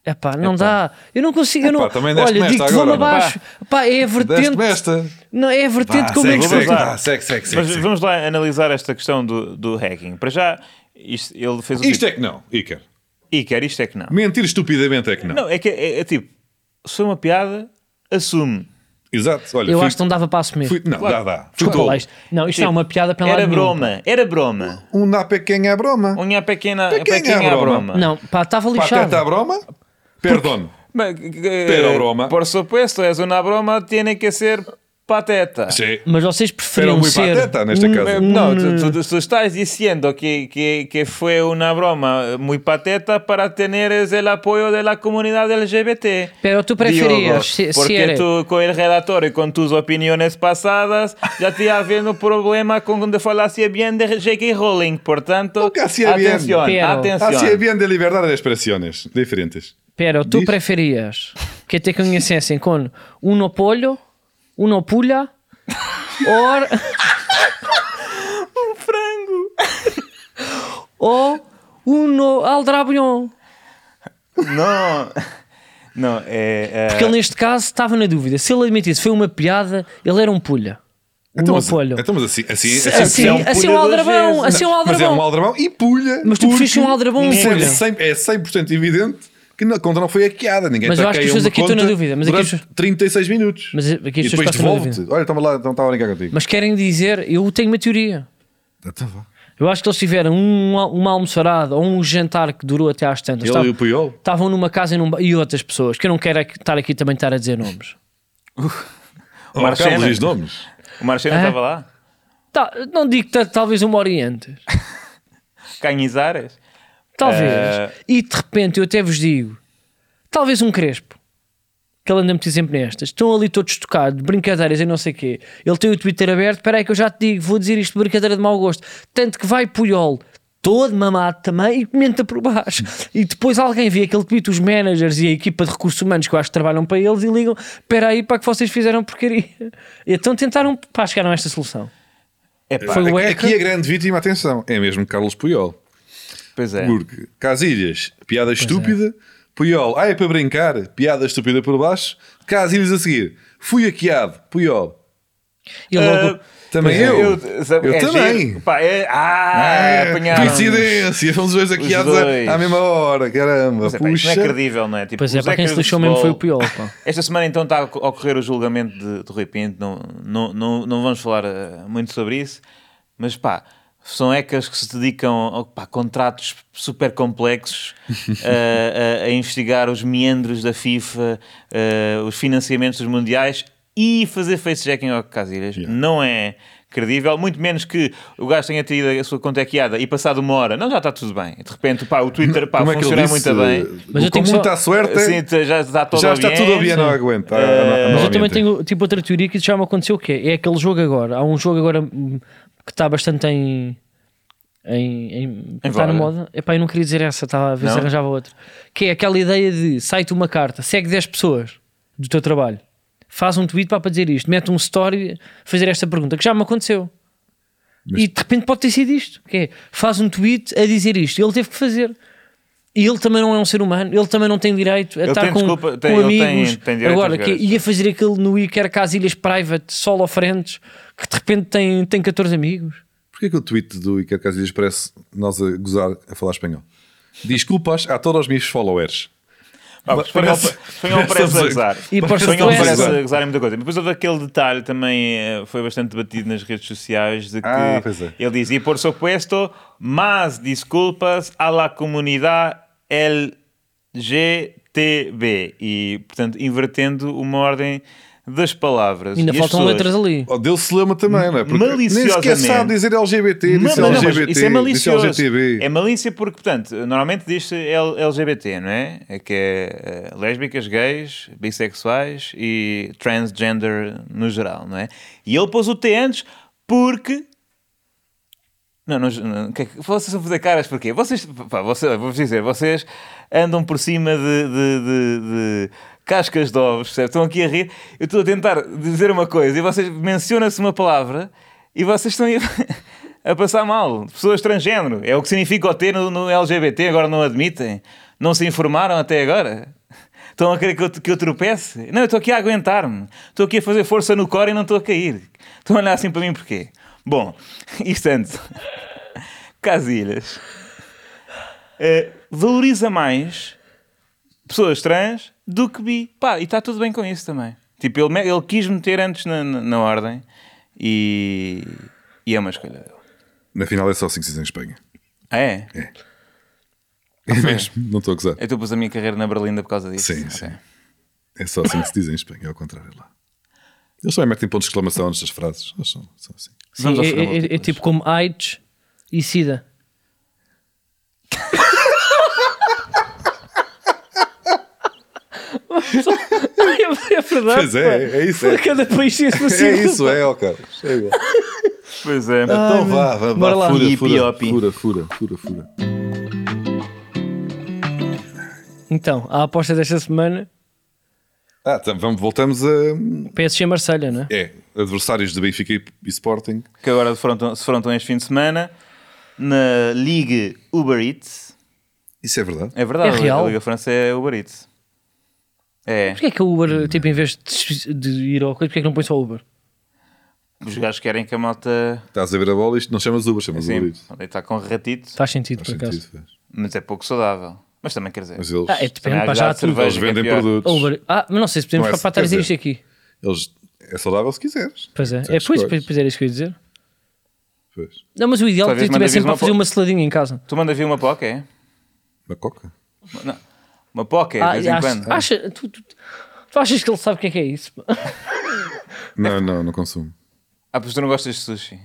A: É pá, não dá. Eu não consigo. eu
B: Epá,
A: não...
B: também deste
A: Olha,
B: mesta
A: digo-te,
B: agora,
A: vou-me
B: não?
A: abaixo. Pá, é a vertente.
B: Deste-me esta.
A: Não, é a vertente
B: Pá,
A: como é
B: segue,
A: que
B: segue,
A: se
C: vai.
B: pá, segue, segue, segue,
C: Mas
B: segue.
C: vamos lá analisar esta questão do, do hacking. Para já, isto- ele fez o
B: Isto
C: tipo,
B: é que não, Iker.
C: Iker, isto é que não.
B: Mentir estupidamente é que não.
C: Não, é que é, é tipo, se foi uma piada, assume.
B: Exato. Olha,
A: Eu
B: fui-
A: acho que não dava para assumir.
B: fui- Não, dá,
C: Claro.
B: dá. Fui
A: Desculpa
B: tolo.
A: lá, isto- Não, isto
C: Tipo,
A: é uma piada para lá
C: Era broma, era broma.
B: Um dá pequena é broma.
C: Unha pequena,
B: Pequena
C: pequena,
B: broma.
C: broma.
A: Não, pá, estava
B: Pateta
A: lixado.
B: a broma? Perdone.
C: Mas, eh,
B: Pero broma.
C: Por supuesto, es una broma, tiene que ser pateta.
B: Sim.
A: Mas vocês
B: é- Era um
A: preferiam
B: muito
A: ser. um
B: pateta nesta
C: Eh,
B: casa.
C: No, tú, tú- tú estás diciendo que, que, que fue una broma muy pateta para tener el apoyo de la comunidad LGBT.
A: Pero tú preferías si-
C: Diogo, porque
A: si eres-
C: tú con el relator y con tus opiniones pasadas ya te habiendo problema con donde falaste bien de J.K. Rowling. Por tanto,
B: Nunca hacía bien.
C: atención,
A: Pero-
C: atención.
B: Assim é bem de liberdade de expressões diferentes.
A: Pero tu
B: Diz.
A: preferias que te conhecessem com um pollo, um pulha, ou. um frango. ou um aldrabion.
C: No, no, eh, eh,
A: Porque ele neste caso estava na dúvida. Se ele admitisse foi uma piada, ele era um pulha. Um
B: Então, mas,
A: opolho.
B: então, mas assim, assim,
A: Se-
B: assim,
A: assim,
C: é um
A: assim
C: pulha
A: um
C: duas
A: aldrabão,
C: vezes.
A: assim um
B: mas é um
A: aldrabão.
B: aldrabão e pulha.
A: Mas tu preferiste
B: porque
A: um aldrabão ou um
B: é
A: pulha?
B: 100% É 100% evidente que a conta não foi hackeada. Ninguém
A: Mas eu acho que as pessoas
B: taqueia uma
A: aqui estão na
B: conta
A: dúvida, mas aqui as
B: durante 36 minutos.
A: Mas aqui as
B: e
A: pessoas
B: depois
A: passam na
B: devolve-te. Olha, estava lá, então, não estava a brincar contigo.
A: Mas querem dizer, eu tenho uma teoria. tá
B: Então vá.
A: Eu acho que eles tiveram um, al- uma almoçarada ou um jantar que durou até às tantas.
B: Ele e o Puyol.
A: Estavam numa casa e, num ba- e outras pessoas, que eu não quero é que- estar aqui também estar a dizer nomes.
B: O
C: Marcena.
B: Marcelo Oh, diz nomes.
C: o Marcelo
A: Eh?
C: estaba lá.
A: Tá, não digo ta- talvez uma hora antes.
C: Cañizares.
A: Talvez.
C: Eh.
A: E de repente eu até vos digo: talvez um Crespo. Que ele anda muito sempre nestas. Estão ali todos tocados, brincadeiras e não sei o quê. Ele tem o Twitter aberto. Espera aí que eu já te digo, vou dizer isto de brincadeira de mau gosto. Tanto que vai Puyol todo mamado também e comenta por baixo. E depois alguém vê aquele tweet, os managers e a equipa de recursos humanos que eu acho que trabalham para eles e ligam: Espera aí para que vocês fizeram porcaria. Então tentaram, pá, chegaram a esta solução.
C: Epá,
A: Foi um o Eca.
B: Aqui a grande vítima, atenção, é mesmo Carlos Puyol.
C: pois é.
B: Porque Casilhas, piada estúpida. Puyol, ah, é para brincar, piada estúpida por baixo. Casilhas a seguir, fui hackeado, Puyol.
A: E
C: Eh,
A: logo,
B: Também eu. Eu,
C: é
B: também.
C: giro. Pá, é-
B: Ah,
C: ah, apanharam.
B: coincidência, fomos os dois hackeados
C: dois.
B: à mesma hora, caramba.
C: Pois é, pá, isto
B: puxa.
C: não é credível, não é? Tipo,
A: pois é,
C: os
A: para quem se
C: hackers
A: lixou
C: de
A: mesmo foi o
C: futebol-
A: pior. Pá.
C: Esta semana então está a co- a ocorrer o julgamento de, de Rui Pinto, não, não, não, não vamos falar eh, muito sobre isso, mas pá, são ecas que se dedicam a pá, contratos super complexos, eh, a, a- a investigar os meandros da FIFA, eh, os financiamentos dos mundiais e fazer face-checking ao Casilhas. Não é credível, muito menos que o gajo tenha tido a sua conta hackeada e passado uma hora, não, já está tudo bem. De repente, pá, o Twitter pá,
B: Como é que ele
C: funciona
B: disse?
C: muito bem. Assim, tá
A: Mas eu
B: Com
A: tenho só-
B: muita suerte,
C: Sim, te- já está tudo
B: já está
C: bem.
B: tudo bem, não aguenta.
C: É.
B: não- não
A: Mas eu também
B: aguenta.
A: tenho tipo outra teoria que isso já me aconteceu o quê? É aquele jogo agora. Há um jogo agora hum, que está bastante em. em, em- está
C: voga.
A: na moda. Epá, eu não queria dizer essa, estava a ver se
C: Não?
A: arranjava outra. Que é aquela ideia de sai-te uma carta, segue 10 pessoas do teu trabalho, faz um tweet pá, para dizer isto, mete um story, fazer esta pergunta, que já me aconteceu. E de repente pode ter sido isto: que é, faz um tweet a dizer isto, ele teve que fazer. E ele também não é um ser humano, ele também não tem direito a
C: Ele
A: estar
C: tem
A: com,
C: desculpa, tem-
A: com
C: ele tem-
A: amigos.
C: tem direito a
A: Agora,
C: jogar
A: que
C: isso.
A: ia fazer aquilo no Iker Casilhas Private, solo frentes, que de repente tem, tem 14 amigos.
B: Porquê que o tweet do Iker Casillas parece nós a gozar a falar espanhol? Desculpas a todos os meus followers.
C: Ah, porque Espanhol
B: Parece-
C: espanhol
B: parece
C: parece a
B: absurdo.
C: gozar.
A: E para os
C: Espanhol
A: suplentes-
C: parece a gozar em muita coisa. Depois houve aquele detalhe também eh, foi bastante debatido nas redes sociais de que
B: Ah, pois é.
C: ele diz, e por supuesto, más disculpas a la comunidade LGTB. E, portanto, invertendo uma ordem das palavras.
A: Ainda
C: e as
A: faltam
C: pessoas-
A: letras ali.
B: Oh, deu-se lema também, não é? Porque nem sequer
C: Maliciosamente.
B: sabe dizer LGBT,
C: Mas-
B: disse
C: não, não, mas
B: LGBT,
C: isso é malicioso.
B: disse LGTB.
C: É malícia porque, portanto, normalmente diz-se L- LGBT, não é? É que é eh, lésbicas, gays, bissexuais e transgender no geral, não é? E ele pôs o T antes porque. Não, não, não que é que- vocês vão fazer caras porquê? Vocês, pá, vocês, vou-vos dizer, vocês andam por cima de, de- de- de cascas de ovos, percebe? Estão aqui a rir. Eu estou a tentar dizer uma coisa e vocês mencionam-se uma palavra e vocês estão aí a, passar mal. Pessoas transgénero, é o que significa o T no, no LGBT, agora não admitem. Não se informaram até agora. Estão a querer que eu, que eu tropece? Não, eu estou aqui a aguentar-me. Estou aqui a fazer força no core e não estou a cair. Estão a olhar assim para mim porquê? Bom, isto antes. Casilhas eh, valoriza mais pessoas trans do que bi. Pá, e está tudo bem com isso também. Tipo, ele, me- ele quis meter antes na, na, na ordem e, e é uma escolha dele.
B: Na final é só 5 em Espanha.
C: Ah, é?
B: É mesmo, não estou a gozar.
C: Eu estou a pôs a minha carreira na Berlinda por causa disso.
B: Sim,
C: Ok.
B: sim. É só assim que se diz em Espanha, é ao contrário lá. Eles também metem pontos de exclamação nestas frases. Eles são, são assim.
A: Sim,
C: Vamos ao
A: é,
C: futebol,
A: é- é
C: depois.
A: tipo como AIDS e SIDA. é verdade.
B: Pois é,
A: pá.
B: é isso, é.
A: Cada país tem a sua sigla,
B: É isso,
A: pá.
B: é, ó Carlos. É igual.
C: Pois é.
A: Ah.
B: Então vá, vá,
A: Bora lá.
B: vá. Fura,
C: E
B: fura,
C: Piopi.
B: fura, fura, fura, fura.
A: Então, a aposta desta semana,
B: Ah, então, vamos, voltamos a.
A: PSG Marselha, não é?
B: É, adversários de Benfica e- e Sporting.
C: Que agora defrontam- se defrontam este fim de semana na Liga Uber Eats.
B: Isso é verdade.
C: É verdade,
A: É real?
C: a Liga França é Uber Eats. É.
A: Porquê é que a Uber, tipo, em vez de, de ir ao coisa, porquê é que não põe só Uber?
C: Os gajos querem que a malta.
B: Estás a ver a bola, isto não chamas Uber, chamas Uber.
C: Sim,
B: Eats.
C: está com ratito.
A: Faz sentido,
B: Faz
A: por acaso.
B: sentido, faz.
C: Mas é pouco saudável. Mas também quer dizer.
B: Mas eles,
A: Ah, é
C: Também
A: depende,
C: há
A: pá, já há
C: gelado de
A: tudo.
C: cerveja.
B: eles vendem
C: que é pior.
B: produtos.
A: Uber. Ah, mas não sei se podemos
B: Não é-
A: para estar a
B: quer
A: dizer isto
B: dizer-
A: aqui.
B: Eles, é saudável se quiseres.
A: Pois é,
C: Então,
A: é
B: Tens
A: pois,
B: escolhas.
A: pois, pois era isso que eu ia dizer.
B: Pois.
A: Não, mas o ideal é
C: Talvez
A: que tivesse
C: manda
A: sempre
C: vir
A: para
C: uma
A: fazer
C: po-
A: uma seladinha em casa.
C: Tu mandas vir uma poca, é?
B: Uma coca?
C: Não. Uma poca, É, de vez em
A: Ah, acho-
C: quando.
A: acha- tu, tu- tu achas que ele sabe o que é que é isso? pá?
B: Não, não, não consumo.
C: Ah, pois tu não gostas de sushi.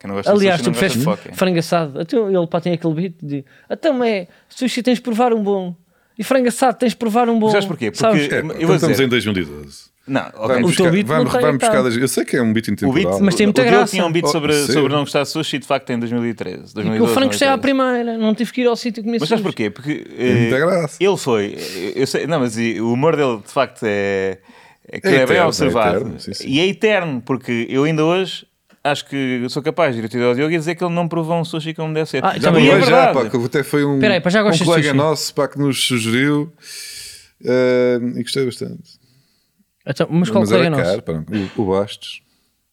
C: Quem não gosta
A: Aliás,
C: de
A: tu
C: sushi não
A: fez
C: gosta de é. poca.
A: frango assado. Então, ele pá, tem aquele beat de então é sushi, tens de provar um bom. E frango assado, tens de provar um bom.
C: Sabes porquê? Porque-
A: Sabes?
B: É,
C: Eu
B: pá,
C: vou
B: então estamos
C: dizer-
B: em 2012.
C: Não, ok.
A: O
B: Vamos
A: teu
B: buscar,
A: beat não
B: vamos,
A: tem,
B: vamos buscar
A: tá.
B: das- Eu sei que é um beat
C: O beat,
B: intemporal.
A: Mas tem muita
C: o Diogo
A: graça.
C: tinha um beat
B: Oh,
C: sobre,
B: sim.
C: sobre não gostar de sushi, de facto, em 2013.
A: E que o
C: 2012,
A: frango gostei à
C: 2013.
A: primeira, não tive que ir ao sítio comer
C: é Mas sabes
A: sushi.
C: porquê? Porque
B: Tem
C: eh,
B: muita graça.
C: ele foi. eh, eu- Eu sei, não, mas e- o humor dele de facto é, é, que é,
B: eterno,
C: bem
B: é
C: observado.
B: eterno, sim, sim.
C: E é eterno, porque eu ainda hoje acho que sou capaz de ir tirar ao Diogo e dizer que ele não provou um sushi como deve ser.
A: Ah,
C: E
A: Já também
C: é
B: provei já,
C: verdade.
B: pá, que até foi um,
A: Espera aí, pá, já
B: um
A: gostas de
B: colega
A: sushi?
B: nosso pá, que nos sugeriu eh, e gostei bastante.
A: Então, mas qual
B: mas
A: colega
B: era
A: nosso?
B: caro, pá, não, o, o Bastos.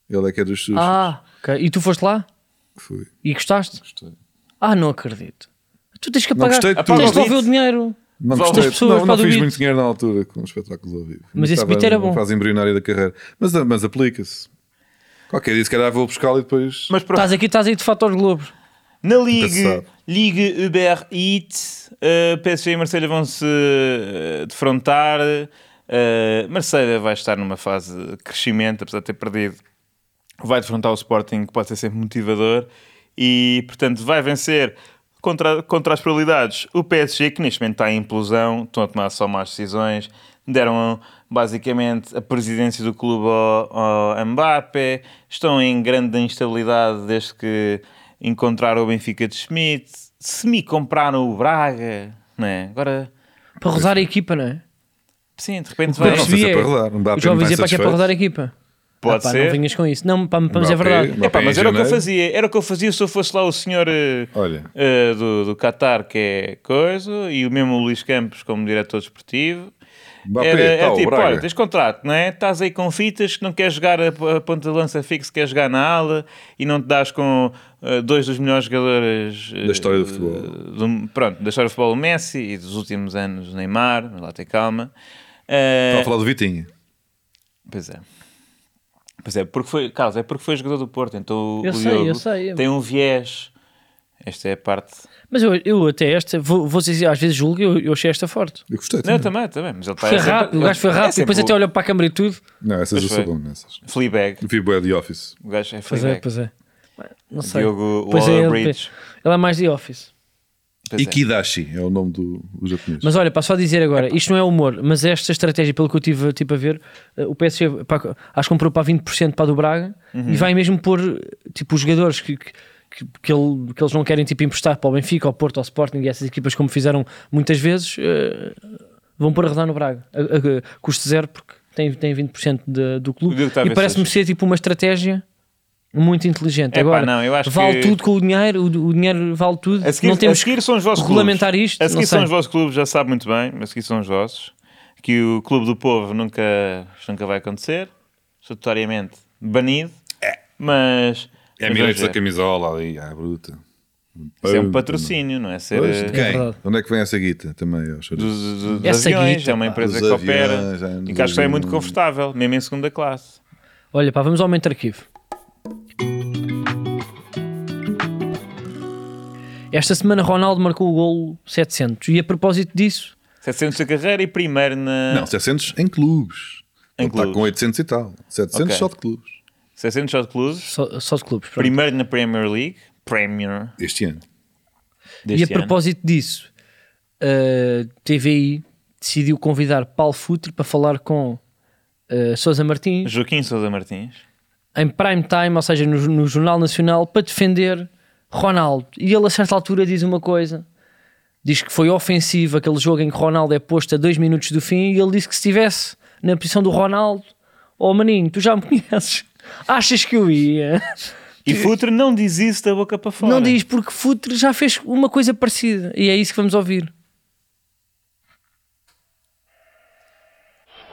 B: Ele é que é dos sushi.
A: Ah, ok. E tu foste lá
B: Fui,
A: e gostaste?
B: gostei.
A: Ah, não acredito. Tu tens que
B: Não
A: pagar.
B: gostei de
A: Ah, pá,
B: tudo.
A: Tens de devolver o dinheiro.
B: Não,
C: Vão
B: gostei,
A: as pessoas
B: não,
A: para
B: não
A: do
B: fiz
A: beat.
B: muito dinheiro na altura com os espetáculos ao vivo.
A: Mas esse
B: Estava
A: beat era bom.
B: numa fase embrionária da carreira. Mas, eh, mas aplica-se. Qualquer dia, se calhar, vou buscá-lo e depois.
C: Mas pronto,
A: Estás aqui, estás aí de fator globo.
C: na Liga,
B: Passado.
C: Liga Uber Eats, eh, PSG e Marselha vão se eh, defrontar. Eh, Marselha vai estar numa fase de crescimento, apesar de ter perdido. Vai defrontar o Sporting, que pode ser sempre motivador. E, portanto, vai vencer contra, contra as probabilidades o PSG, que neste momento está em implosão, estão a tomar só más decisões. Deram basicamente a presidência do clube ao, ao Mbappé, estão em grande instabilidade desde que encontraram o Benfica de Schmidt, semi-compraram o Braga, não é? Agora,
A: Para rodar a equipa, não é?
C: sim, de repente
A: Eu
C: vai.
B: não sei
A: percebi
B: se é para rodar, não dá
A: eu
B: para
A: já ouvi
B: ir mais
A: dizer para que é para
B: satisfeito.
A: rodar a equipa. Ah,
C: Pode
A: pá,
C: ser.
A: Não vinhas com isso. Não, pá, mas é
B: Mbappé,
A: verdade.
B: Mbappé
C: Epá,
B: em
C: mas era o que eu
B: janeiro.
C: fazia, era o que eu fazia se eu fosse lá o senhor eh,
B: Olha.
C: eh, do, do Qatar, que é coisa, e o mesmo Luís Campos como diretor desportivo.
B: Mbappé,
C: era era
B: tá, o
C: tipo,
B: Braga.
C: olha, tens contrato, não é? Estás aí com fitas que não queres jogar a, a ponta de lança fixa, queres jogar na ala e não te das com eh, dois dos melhores jogadores eh,
B: Da história do
C: eh,
B: futebol.
C: do- pronto, da história do futebol, o Messi e dos últimos anos, o Neymar, mas lá tem calma. Eh,
B: Estava a falar do Vitinho.
C: Pois é. Pois é, porque foi, Carlos, é porque foi jogador do Porto, então o-
A: Eu
C: o
A: sei,
C: Diogo
A: eu sei.
C: tem um viés Esta é a parte.
A: Mas eu, eu até esta, vou, vou dizer, às vezes julgo, eu, eu achei esta forte.
B: Eu gostei
C: Não, é?
B: também.
C: eu também, também. Mas ele está
A: Foi
C: é sempre-
A: rápido, o gajo foi
C: é
A: rápido,
C: sempre
A: depois até olhou para a câmara e tudo.
B: Não, essas eu
C: Pois
B: sou
C: foi.
B: bom nessas.
C: o Fleabag.
B: Eu vi Boé de Office.
C: O gajo é
A: Pois é,
C: Fleabag.
A: pois é. Não sei.
C: Diogo
A: Pois é, ele-
C: Waller-Bridge.
A: Ele é mais de office.
C: Pois é.
B: Ikidashi é o nome do, do japonês.
A: Mas olha, para só dizer agora, isto não é humor, mas esta estratégia, pelo que eu tive tipo, a ver, eh, o PSG pá, acho que comprou para 20% para a do Braga
C: Uhum.
A: e vai mesmo pôr tipo, os jogadores que, que, que- que ele- que eles não querem tipo, emprestar para o Benfica, ao Porto, ao Sporting e essas equipas, como fizeram muitas vezes, eh, vão pôr a rodar no Braga. A, a- a custo zero, porque tem, tem 20% de- do
C: O Diogo
A: clube.
C: Tavares
A: E parece-me ser tipo, uma estratégia. Muito inteligente.
C: Epá,
A: Agora,
C: não, eu acho
A: vale
C: que-
A: tudo com o dinheiro, o, o dinheiro vale tudo.
C: A seguir,
A: não temos
C: a seguir são os vossos
A: que regulamentar
C: clubes.
A: isto.
C: A seguir
A: não
C: são
A: sei.
C: os vossos clubes, já sabe muito bem. A seguir são os vossos. Que o Clube do Povo nunca, isto nunca vai acontecer. Estatutoriamente banido. Mas.
B: É
C: mas
B: Miretes
C: vamos
B: da
C: ver.
B: camisola ali, ah, bruta.
C: Isso é um patrocínio, não é? Ser,
B: Pois,
C: eh,
B: de quem?
A: É verdade.
B: Onde é que vem essa guita também? ó, senhor?
C: dos, dos, dos
A: Essa
C: aviões,
A: guita,
C: é uma
A: pá.
C: empresa
B: Dos
C: que opera
B: aviões, é,
C: e
B: dos
C: que acho que é muito
B: aviões.
C: confortável, mesmo em segunda classe.
A: Olha, pá, vamos ao momento de arquivo. Esta semana Ronaldo marcou o golo 700 e a propósito disso,
C: 700 da carreira e primeiro na.
B: Não, 700 em clubes.
C: Em
B: Ele está
C: clubes.
B: com 800 e tal. 700
C: Ok.
B: só de clubes.
C: 700 só de clubes,
A: só, só de clubes. pronto.
C: primeiro na Premier League, Premier
B: Este ano.
A: E a
C: deste ano.
A: propósito disso, eh, a TVI decidiu convidar Paulo Futre para falar com eh, Sousa Martins
C: Joaquim Sousa Martins.
A: em prime time, ou seja, no, no Jornal Nacional, para defender Ronaldo. E ele, a certa altura, diz uma coisa: diz que foi ofensivo aquele jogo em que Ronaldo é posto a dois minutos do fim. E ele disse que se estivesse na posição do Ronaldo, oh maninho, tu já me conheces, achas que eu ia?
C: E Futre não diz isso da boca para fora.
A: Não diz, porque Futre já fez uma coisa parecida. E é isso que vamos ouvir.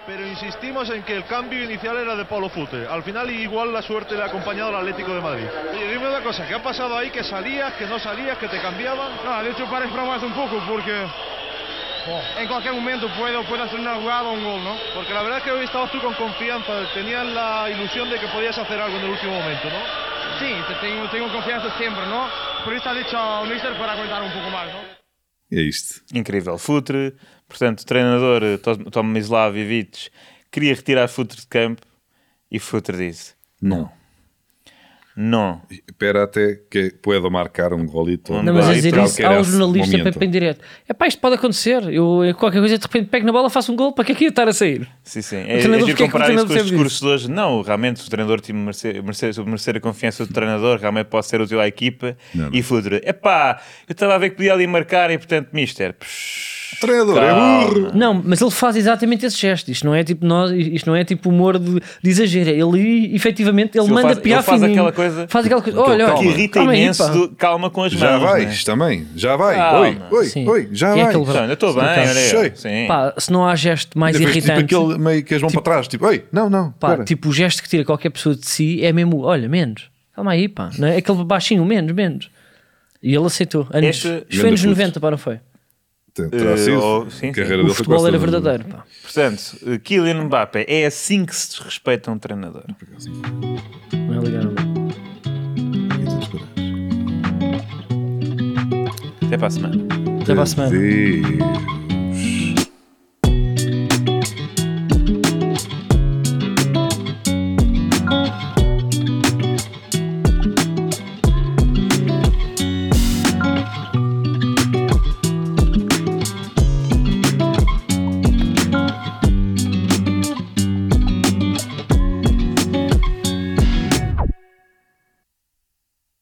D: Pero insistimos en que el cambio inicial era de Paulo Fute. Al final igual la suerte le ha acompañado al Atlético de Madrid. Oye, dime una cosa, ¿qué ha pasado ahí? ¿Que salías, que no salías, que te cambiaban?
E: No, Ah, de hecho para explorarse un poco porque en cualquier momento puedo, puedo hacer una jugada o un gol, ¿no?
D: Porque la verdad es que hoy estabas tú con confianza, tenías la ilusión de que podías hacer algo en el último momento, ¿no?
E: Sí, te tengo, tengo confianza siempre, ¿no? Pero está dicho al mister para contar un poco más, ¿no?
B: É isto.
C: Incrível. Futre, portanto, o treinador eh, Tom- Tomislav Ivic queria retirar Futre de campo e Futre disse:
B: Não.
C: Não.
B: Espera até que pueda marcar um golito.
C: Não,
A: Não, mas a
C: Vai,
A: dizer
C: tal
A: isso ao jornalista para para em direto. É pá, isto pode acontecer. Eu, eu qualquer coisa, de repente, pego na bola, faço um gol. Para que é que ia estar a sair?
C: Sim, sim. É, é
A: treinador,
C: giro
A: porque é que o
C: comparar
A: treinador
C: isso com os
A: percebe
C: discursos de hoje. Não, realmente o treinador tinha de merecer, merecer, submerecer a confiança do treinador, realmente pode ser útil à equipa. E Fudre, epá, eu estava a ver que podia ali marcar e portanto, mister, psh,
B: Treinador, é
C: Calma.
B: burro!
A: Não, mas ele faz exatamente esse gesto. Isto não é tipo, nós, isto não é tipo humor de, de exagero. Ele efetivamente ele
C: Ele
A: manda
C: faz- ele
A: piar
C: faz
A: fininho.
C: aquela coisa-
A: Faz aquela coisa.
B: Aquele
A: Olha, olha,
B: Calma.
C: que irrita
A: calma aí,
C: imenso,
A: pá.
C: do- calma com as
B: Já
C: mãos.
B: vais
C: né?
B: também, já vai.
C: Calma.
B: Oi, oi,
A: Sim.
B: oi, já
A: E é
B: vai.
A: aquele braço.
C: Não, eu estou bem,
B: Calma.
C: olha. eu.
B: Sei.
C: Sim.
A: Pá, se não há gesto mais
B: Ainda fez, tipo
A: irritante,
B: aquele meio que as vão para trás, tipo, ei, não, não.
A: pá,
B: espera.
A: tipo o gesto que tira qualquer pessoa de si é mesmo, olha, menos. Calma aí, pá. Não é? Aquele baixinho, menos, menos. E ele aceitou. Anos,
C: Este-
A: isto foi anos
B: Grande
A: 90, pá, não foi?
B: Te- terá
C: eh,
B: sido.
C: oh, sim,
B: A
C: sim.
B: carreira
A: O
B: dele foi
A: futebol
B: quase
A: era
B: toda
A: verdadeiro, pá.
C: Portanto, eh, Kylian Mbappé é assim que se desrespeita um treinador.
A: Não é ligar não.
C: Até para a semana.
A: Até para a semana.
B: Deus.